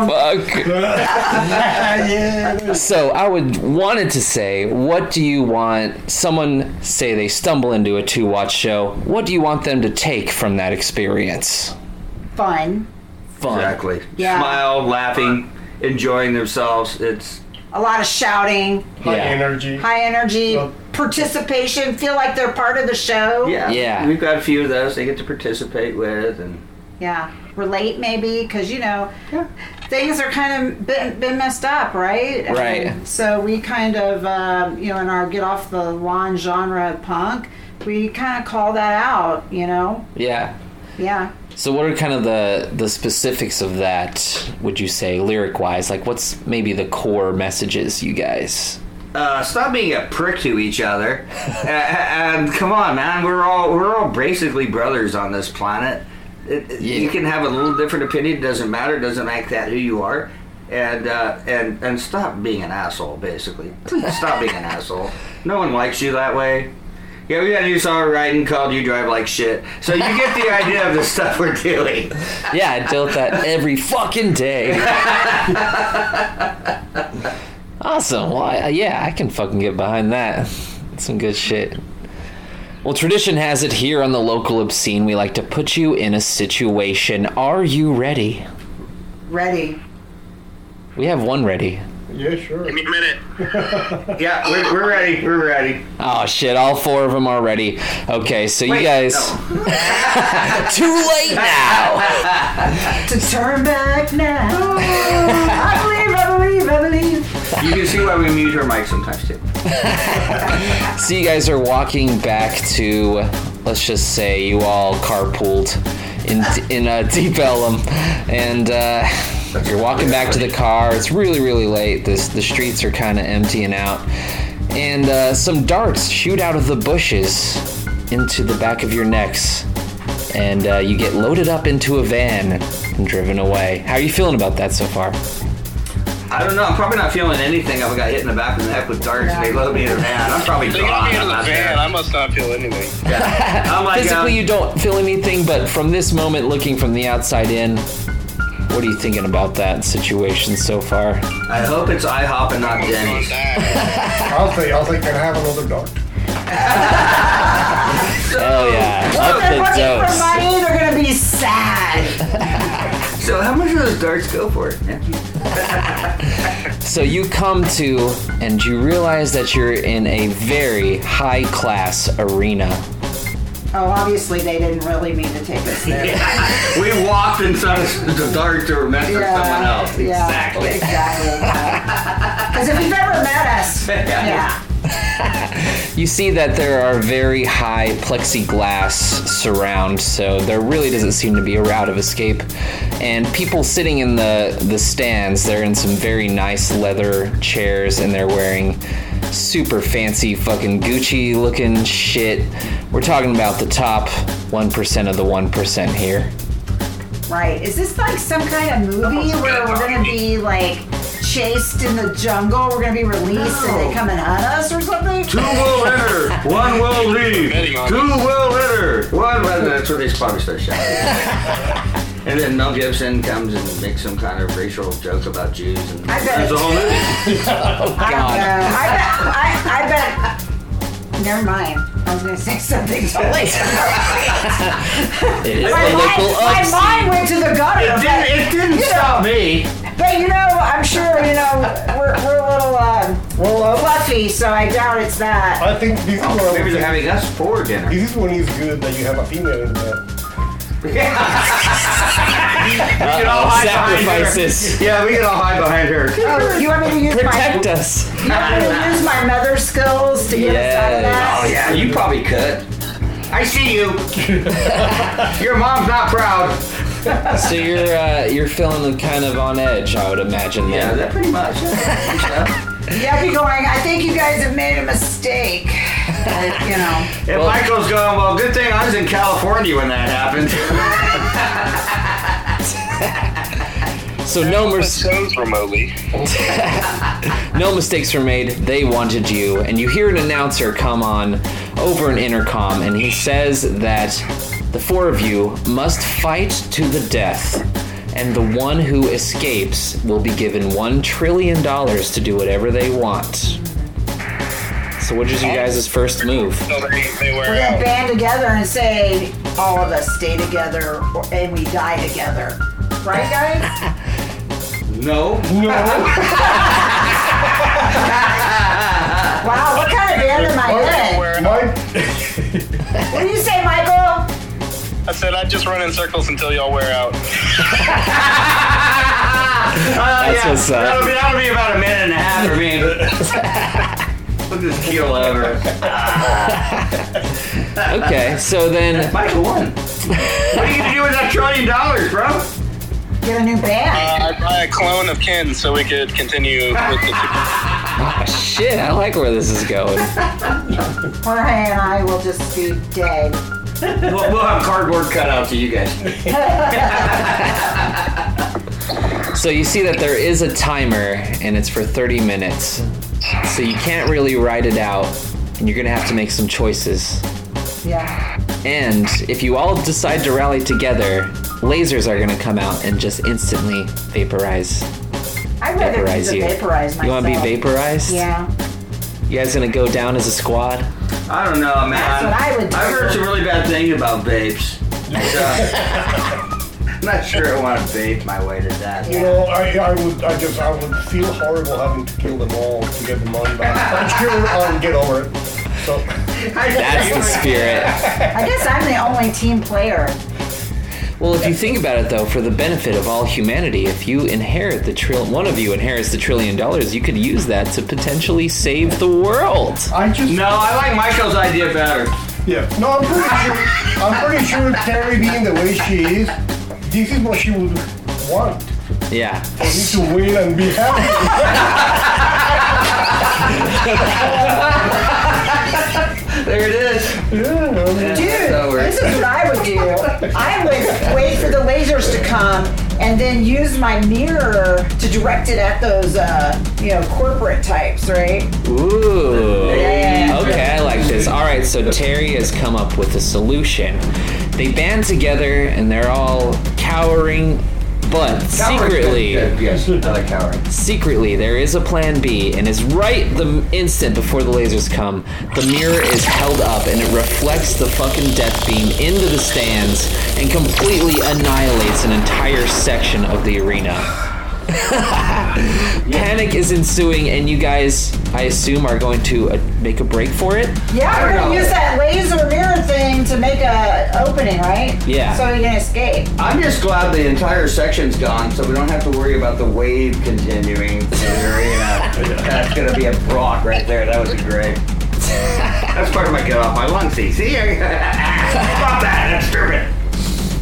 Speaker 1: Fuck. so I would wanted to say, what do you want? Someone say they stumble into a two-watch show. What do you want them to take from that experience?
Speaker 12: Fun.
Speaker 1: Fun.
Speaker 8: Exactly.
Speaker 12: Yeah.
Speaker 8: Smile, laughing, enjoying themselves. It's
Speaker 12: A lot of shouting.
Speaker 8: High Yeah.
Speaker 13: energy.
Speaker 12: High energy. Participation. Feel like they're part of the show.
Speaker 8: yeah, We've got a few of those they get to participate with, and
Speaker 12: Yeah. Relate maybe because you know things are kind of been, been messed up, right?
Speaker 8: Right.
Speaker 12: And so we kind of um, you know in our get off the lawn genre of punk, we kind of call that out. You know.
Speaker 1: Yeah.
Speaker 12: Yeah.
Speaker 1: So what are kind of the the specifics of that? Would you say lyric wise? Like what's maybe the core messages you guys?
Speaker 8: uh, stop being a prick to each other. A- a- and, come on, man, we're all we're all basically brothers on this planet. It, it- You can have a little different opinion; doesn't matter. Doesn't make that who you are. And uh, and and stop being an asshole. Basically, stop being an asshole. No one likes you that way. Yeah, we got a new song writing called "You Drive Like Shit," so you get the idea of the stuff we're doing.
Speaker 1: Yeah, I dealt that every fucking day. awesome. Well, I, yeah, I can fucking get behind that. That's some good shit. Well, tradition has it here on the local obscene. We like to put you in a situation. Are you ready?
Speaker 12: Ready.
Speaker 1: We have one ready.
Speaker 13: Yeah, sure.
Speaker 8: Give me a minute. yeah, we're, we're ready. We're ready.
Speaker 1: Oh shit! All four of them are ready. Okay, so you guys. [laughs] Too late
Speaker 12: now. [laughs] to turn back now. I believe. I believe. I believe.
Speaker 8: You can see why we mute her mic sometimes too.
Speaker 1: So you guys are walking back to, let's just say you all carpooled in in uh, Deep Ellum, and uh, you're walking back to the car. It's really really late. This the streets are kind of emptying out, and uh, some darts shoot out of the bushes into the back of your necks, and uh, you get loaded up into a van and driven away. How are you feeling about that so far?
Speaker 8: I don't know. I'm probably not feeling anything. if I got hit in the back of the head with darts. They load me in a van. I'm probably
Speaker 4: They got me
Speaker 8: gone.
Speaker 4: into
Speaker 8: I'm
Speaker 4: the
Speaker 8: not
Speaker 4: van.
Speaker 8: there.
Speaker 4: I must not feel anything.
Speaker 8: [laughs] I'm like,
Speaker 1: Physically,
Speaker 8: um,
Speaker 1: you don't feel anything, but from this moment, looking from the outside in, what are you thinking about that situation so far?
Speaker 8: um, I hope it's IHOP and not Denny's.
Speaker 13: I'll say, I'll say, can I have another dog?
Speaker 1: Hell
Speaker 12: Well, if
Speaker 1: yeah.
Speaker 12: they're
Speaker 1: Up the
Speaker 12: looking for
Speaker 1: dose.
Speaker 12: money, they're gonna be sad.
Speaker 8: So how much do those darts go for?
Speaker 1: So you come to, and you realize that you're in a very high class arena.
Speaker 12: Oh, obviously they didn't really mean to take us
Speaker 1: [laughs]
Speaker 12: there.
Speaker 8: we walked inside the darts to remember
Speaker 12: Yeah,
Speaker 8: someone else.
Speaker 12: yeah,
Speaker 8: exactly.
Speaker 12: Because if you've ever met
Speaker 1: [laughs]
Speaker 12: us, yeah.
Speaker 1: You see that there are very high plexiglass surrounds, so there really doesn't seem to be a route of escape. And people sitting in the, the stands, they're in some very nice leather chairs and they're wearing super fancy fucking Gucci looking shit. We're talking about the top 1% of the 1% here.
Speaker 12: Right. Is this like some kind of movie where we're gonna be like chased in the jungle? We're gonna be released and they come and hunt us or something?
Speaker 8: Two will enter, one will leave.
Speaker 12: Betting on
Speaker 8: Two
Speaker 12: it.
Speaker 8: will enter, one will. That's where they probably start
Speaker 12: [laughs]
Speaker 8: shouting. and then Mel Gibson comes and makes some kind of racial joke about Jews, and
Speaker 12: I bet-
Speaker 8: there's a whole
Speaker 12: [laughs]
Speaker 8: movie. oh
Speaker 12: Uh, I bet. I, I bet. Never mind. I was gonna say something
Speaker 8: [laughs]
Speaker 12: totally.
Speaker 1: It
Speaker 12: my mind, my mind went to the gutter.
Speaker 8: It did, it It didn't
Speaker 12: You
Speaker 8: stop
Speaker 12: know.
Speaker 8: me.
Speaker 12: But you know, I'm sure you know we're, we're a little um, fluffy, so I doubt it's that.
Speaker 8: [laughs]
Speaker 13: I think this is one.
Speaker 8: Maybe they're having us for dinner.
Speaker 13: This is when it's good that you have a female in there.
Speaker 8: We can all hide behind her. Yeah, we can all hide behind her.
Speaker 12: Oh, you want me to use
Speaker 8: Protect
Speaker 12: my,
Speaker 1: us.
Speaker 12: You want me to use my mother skills to get us out of that?
Speaker 8: Oh yeah, you probably could. I
Speaker 12: [laughs]
Speaker 8: see you. Your mom's not proud.
Speaker 12: [laughs]
Speaker 1: so you're uh, you're feeling kind of on edge, I would imagine. Yeah,
Speaker 8: that pretty much.
Speaker 12: [laughs] Yeah, keep going. I think you guys have made a mistake. But, you
Speaker 8: [laughs]
Speaker 12: know.
Speaker 8: And Michael's going, well, good thing I was in California when that happened. [laughs]
Speaker 1: So no mis-
Speaker 8: [laughs]
Speaker 4: remotely.
Speaker 1: no mistakes were made. They wanted you, and you hear an announcer come on over an intercom, and he says that the four of you must fight to the death, and the one who escapes will be given one trillion dollars to do whatever they want. So what is you guys' first
Speaker 8: [laughs]
Speaker 1: move?
Speaker 12: We're gonna band together and say all of us stay together or- and we die together. Right, guys?
Speaker 8: No. No.
Speaker 12: wow, what kind of band am I in? What do you say, Michael?
Speaker 4: [laughs] I said I'd just run in circles until y'all wear
Speaker 8: [laughs]
Speaker 4: out. [laughs]
Speaker 8: That's Oh, yeah.
Speaker 1: what's up.
Speaker 8: [laughs] That'll be, that'll be about a minute and a half for me. Put this keel over.
Speaker 1: Okay, so then
Speaker 8: Michael won. [laughs] What are you gonna do with that trillion dollars, bro?
Speaker 12: Get a new band.
Speaker 4: Uh, I'd buy a clone of Ken so we could continue with the.
Speaker 1: Ah, shit, I like where this is going.
Speaker 12: Jorge and I will just be dead.
Speaker 8: We'll, we'll have cardboard cutouts of you guys.
Speaker 1: So you see that there is a timer and it's for 30 minutes. So you can't really write it out and you're going to have to make some choices.
Speaker 12: Yeah.
Speaker 1: And if you all decide to rally together, lasers are going to come out and just instantly vaporize.
Speaker 12: [laughs] I'd rather
Speaker 1: Vaporize
Speaker 12: just
Speaker 1: you.
Speaker 12: vaporize myself.
Speaker 1: You wanna be vaporized?
Speaker 12: Yeah.
Speaker 1: You guys going to go down as a squad?
Speaker 8: I don't know, man.
Speaker 12: That's what I would do.
Speaker 8: have heard some really bad things about vapes. [laughs] So, I'm not sure I want to vape my way to that.
Speaker 13: You know, I, I would I just I would feel horrible having to kill them all to get the money
Speaker 8: [laughs]
Speaker 13: back. I'm sure I'll get over it. So
Speaker 1: That's the spirit.
Speaker 12: I guess I'm the only team player.
Speaker 1: Well, if you think about it though, for the benefit of all humanity, if you inherit the trill one of you inherits the trillion dollars, you could use that to potentially save the world.
Speaker 13: I just
Speaker 8: No, I like Michael's idea better.
Speaker 13: Yeah. No, I'm pretty sure. I'm pretty sure Carrie being the way she is, this is what she would want.
Speaker 1: Yeah.
Speaker 13: For me to win and be happy.
Speaker 8: there it is.
Speaker 13: Yeah.
Speaker 12: Dude, this is what I would do. I would wait for the lasers to come and then use my mirror to direct it at those, uh, you know, corporate types, right?
Speaker 1: Ooh.
Speaker 12: Yeah.
Speaker 1: Okay, I like this. All right, so Terry has come up with a solution. They band together and they're all cowering, but secretly,
Speaker 8: Yes, I like cowering.
Speaker 1: secretly, there is a plan B, and is right the instant before the lasers come, the mirror is held up and it reflects the fucking death beam into the stands and completely annihilates an entire section of the arena. Panic is ensuing, and you guys, I assume, are going to uh, make a break for it.
Speaker 12: Yeah, we're gonna use that laser mirror thing to make a opening, right?
Speaker 1: Yeah.
Speaker 12: So we can escape. [laughs]
Speaker 8: I'm just glad the entire section's gone, so we don't have to worry about the wave continuing [laughs] through the arena. That's gonna be a rock right there. That would be great. That's part of my get off my lung See, See, [laughs] stop that instrument.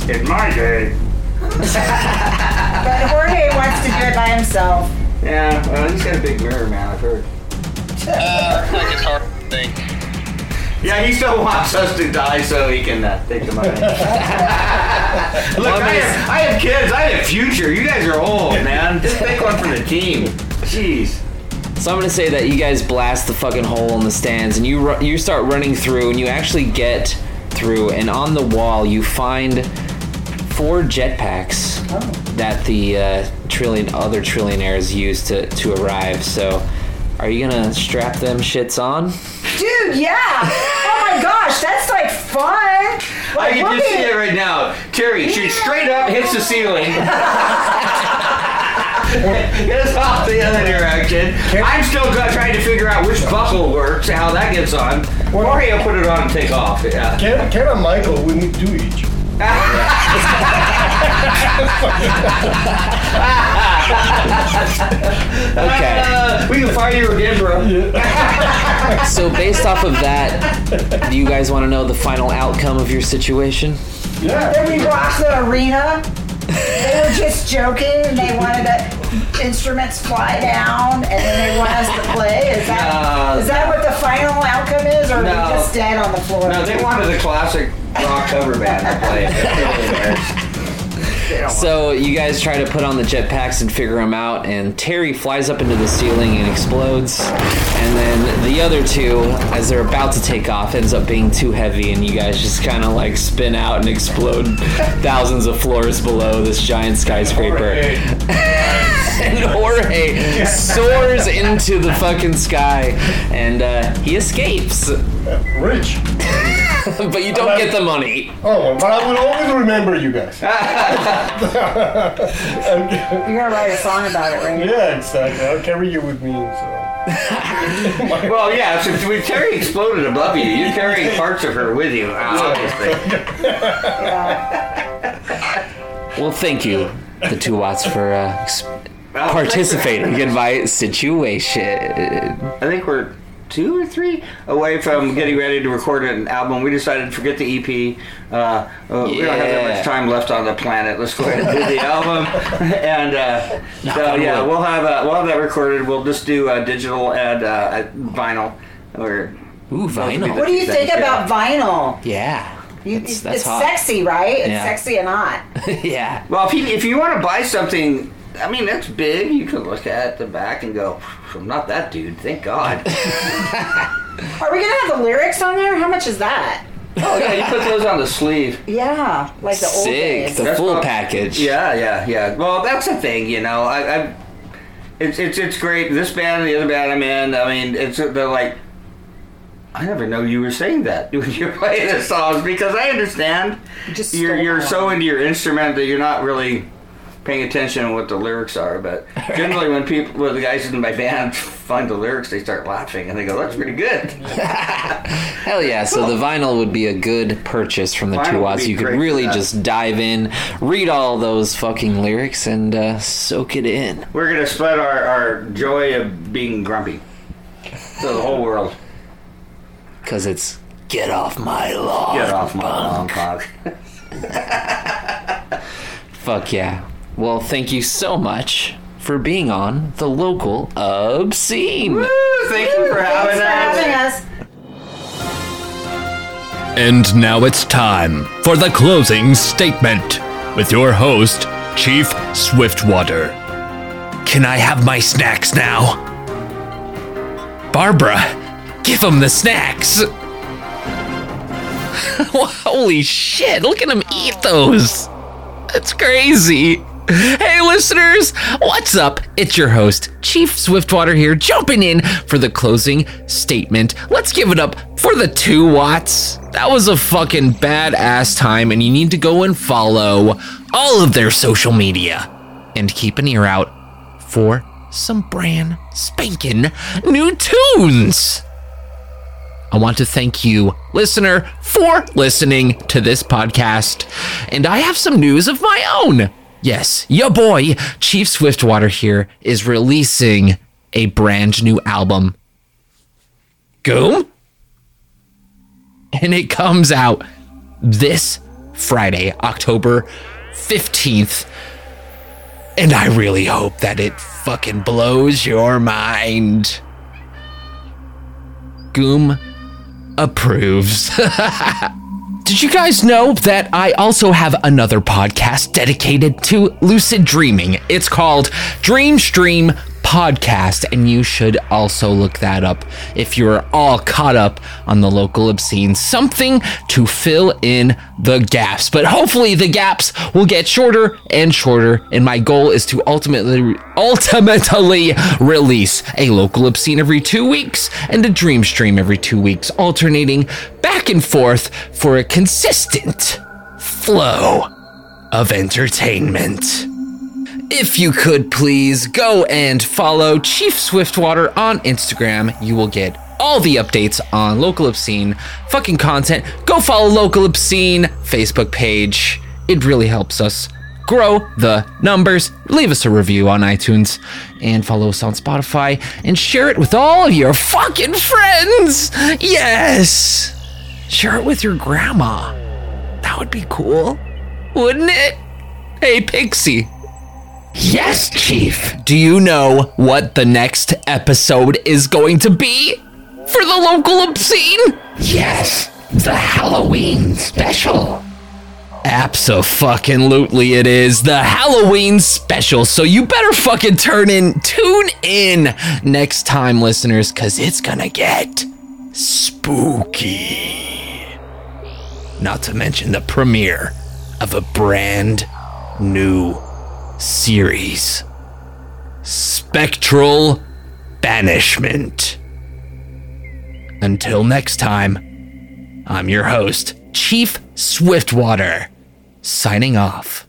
Speaker 8: In my day.
Speaker 12: But Jorge wants to do it by himself.
Speaker 8: Yeah, well, he's got a big mirror, man. I've heard.
Speaker 4: Uh, like it's hard to think.
Speaker 8: Yeah, he still wants us to die so he can uh, take [laughs] the money. Look, I have, I have kids. I have future. You guys are old, man. Just pick one for the team. Jeez.
Speaker 1: So I'm gonna say that you guys blast the fucking hole in the stands, and you ru- you start running through, and you actually get through, and on the wall you find four jetpacks
Speaker 8: Oh.
Speaker 1: that the uh, trillion other trillionaires use to to arrive. So, Are you gonna strap them shits on?
Speaker 12: Dude, yeah. oh my gosh, that's like fun.
Speaker 8: I
Speaker 12: Like,
Speaker 8: can
Speaker 12: look
Speaker 8: just
Speaker 12: at-
Speaker 8: see it right now. Terry shoots straight up, hits the ceiling. [laughs] It's off the other direction. I'm still go- trying to figure out which buckle works, how that gets on. Mario put it on and take off. Yeah.
Speaker 13: Can, can a Michael, we need two each.
Speaker 1: Okay.
Speaker 8: Uh, we can fire you again, bro.
Speaker 1: [laughs] so based off of that, do you guys want to know the final outcome of your situation?
Speaker 12: Then we rocked the arena. They were just joking and they wanted the instruments fly down and then they want us to play. Is that
Speaker 8: No.
Speaker 12: is that what the final outcome is, or are we
Speaker 8: No.
Speaker 12: just dead on the floor?
Speaker 8: No, they wanted the classic rock cover band to
Speaker 13: [laughs]
Speaker 8: play.
Speaker 1: So you guys try to put on the jetpacks and figure them out, and Terry flies up into the ceiling and explodes. And then the other two, as they're about to take off, ends up being too heavy, and you guys just kind of like spin out and explode thousands of floors below this giant skyscraper. and Jorge soars into the fucking sky, and uh, he escapes.
Speaker 13: Rich.
Speaker 1: [laughs] but you don't get the money.
Speaker 13: Oh, but I will always remember you guys.
Speaker 12: You're gonna write a song about it, right?
Speaker 13: Yeah, exactly. I'll carry you with me. So.
Speaker 8: well, yeah, so when Terry exploded above you, you're carrying parts of her with you, obviously.
Speaker 1: Well, thank you, the two Watts, for uh, ex- participating in my situation.
Speaker 8: I think we're two or three away from getting ready to record an album. We decided forget the EP. Uh, uh, We don't have that
Speaker 1: Yeah.
Speaker 8: much time left on the planet. Let's go ahead
Speaker 1: [laughs]
Speaker 8: and do the album. and uh, so yeah, we'll have uh, we'll have that recorded. We'll just do uh, digital and uh, vinyl or.
Speaker 1: Ooh, vinyl.
Speaker 12: What do you think about vinyl?
Speaker 1: Yeah.
Speaker 12: You,
Speaker 8: That's- that's
Speaker 12: it's
Speaker 8: hot.
Speaker 12: sexy, right? It's
Speaker 8: Yeah.
Speaker 12: sexy and
Speaker 8: [laughs]
Speaker 12: hot.
Speaker 1: [laughs] yeah.
Speaker 8: Well, if you, if you want to buy something, I mean, that's big. You can look at the back and go, I'm not that dude. Thank
Speaker 1: [laughs]
Speaker 8: God.
Speaker 12: Are we gonna have the lyrics on there? How much is that?
Speaker 8: oh, yeah, you put those on the sleeve.
Speaker 12: Yeah, like the old days.
Speaker 8: That's prob-
Speaker 1: package.
Speaker 8: Yeah, yeah, yeah. Well, that's the thing, you know. I, I it's, it's it's great. This band and the other band I'm in. I mean, it's they're like, I never know you were saying that [laughs] when you're playing the songs because I understand
Speaker 12: Just
Speaker 8: you're
Speaker 12: stole
Speaker 8: you're
Speaker 12: my
Speaker 8: so into your instrument that you're not really paying attention to what the lyrics are. But generally, when people, when the guys in my band find the lyrics, they start laughing and they go, "That's pretty good."
Speaker 1: Hell yeah. So the vinyl would be a good purchase from the
Speaker 8: Vinyl
Speaker 1: two
Speaker 8: would
Speaker 1: Watts.
Speaker 8: be
Speaker 1: You could
Speaker 8: great for
Speaker 1: really
Speaker 8: that.
Speaker 1: just dive in, read all those fucking lyrics, and uh, soak it in.
Speaker 8: We're gonna spread our, our joy of being grumpy to the whole world.
Speaker 1: Because it's get off my lawn.
Speaker 8: Get off my lawn, punk.
Speaker 1: [laughs] Fuck yeah. Well, thank you so much for being on the local obscene.
Speaker 8: Thank you for having
Speaker 12: Thanks for
Speaker 8: us.
Speaker 12: having us.
Speaker 5: And now it's time for the closing statement with your host, Chief Swiftwater. Can I have my snacks now? Barbara, give him the snacks! [laughs] Holy shit, look at him eat those! That's crazy! Hey, listeners, what's up? It's your host, Chief Swiftwater here, jumping in for the closing statement. Let's give it up for the two Watts. That was a fucking badass time, and you need to go and follow all of their social media and keep an ear out for some brand spanking new tunes. I want to thank you, listener, for listening to this podcast. And I have some news of my own. Yes, your boy, Chief Swiftwater here, is releasing a brand new album. Goom? And it comes out this Friday, October 15th. And I really hope that it fucking blows your mind. Goom approves. [laughs] Did you guys know that I also have another podcast dedicated to lucid dreaming? It's called Dream Stream
Speaker 1: podcast, and you should also look that up if you are all caught up on the local obscene. Something to fill in the gaps, but hopefully the gaps will get shorter and shorter. And my goal is to ultimately, ultimately release a local obscene every two weeks and a dream stream every two weeks, alternating back and forth for a consistent flow of entertainment. If you could please go and follow Chief Swiftwater on Instagram, you will get all the updates on local obscene fucking content. Go follow local obscene Facebook page. It really helps us grow the numbers. Leave us a review on iTunes and follow us on Spotify and share it with all of your fucking friends. Yes. Share it with your grandma. That would be cool, wouldn't it? Hey, Pixie. Yes, Chief. Do you know what the next episode is going to be? For the local obscene?
Speaker 2: Yes, the Halloween special.
Speaker 1: Absolutely, it is the Halloween special. So you better fucking turn in, tune in next time, listeners, because it's gonna get spooky. Not to mention the premiere of a brand new series Spectral Banishment. Until next time, I'm your host, Chief Swiftwater, signing off.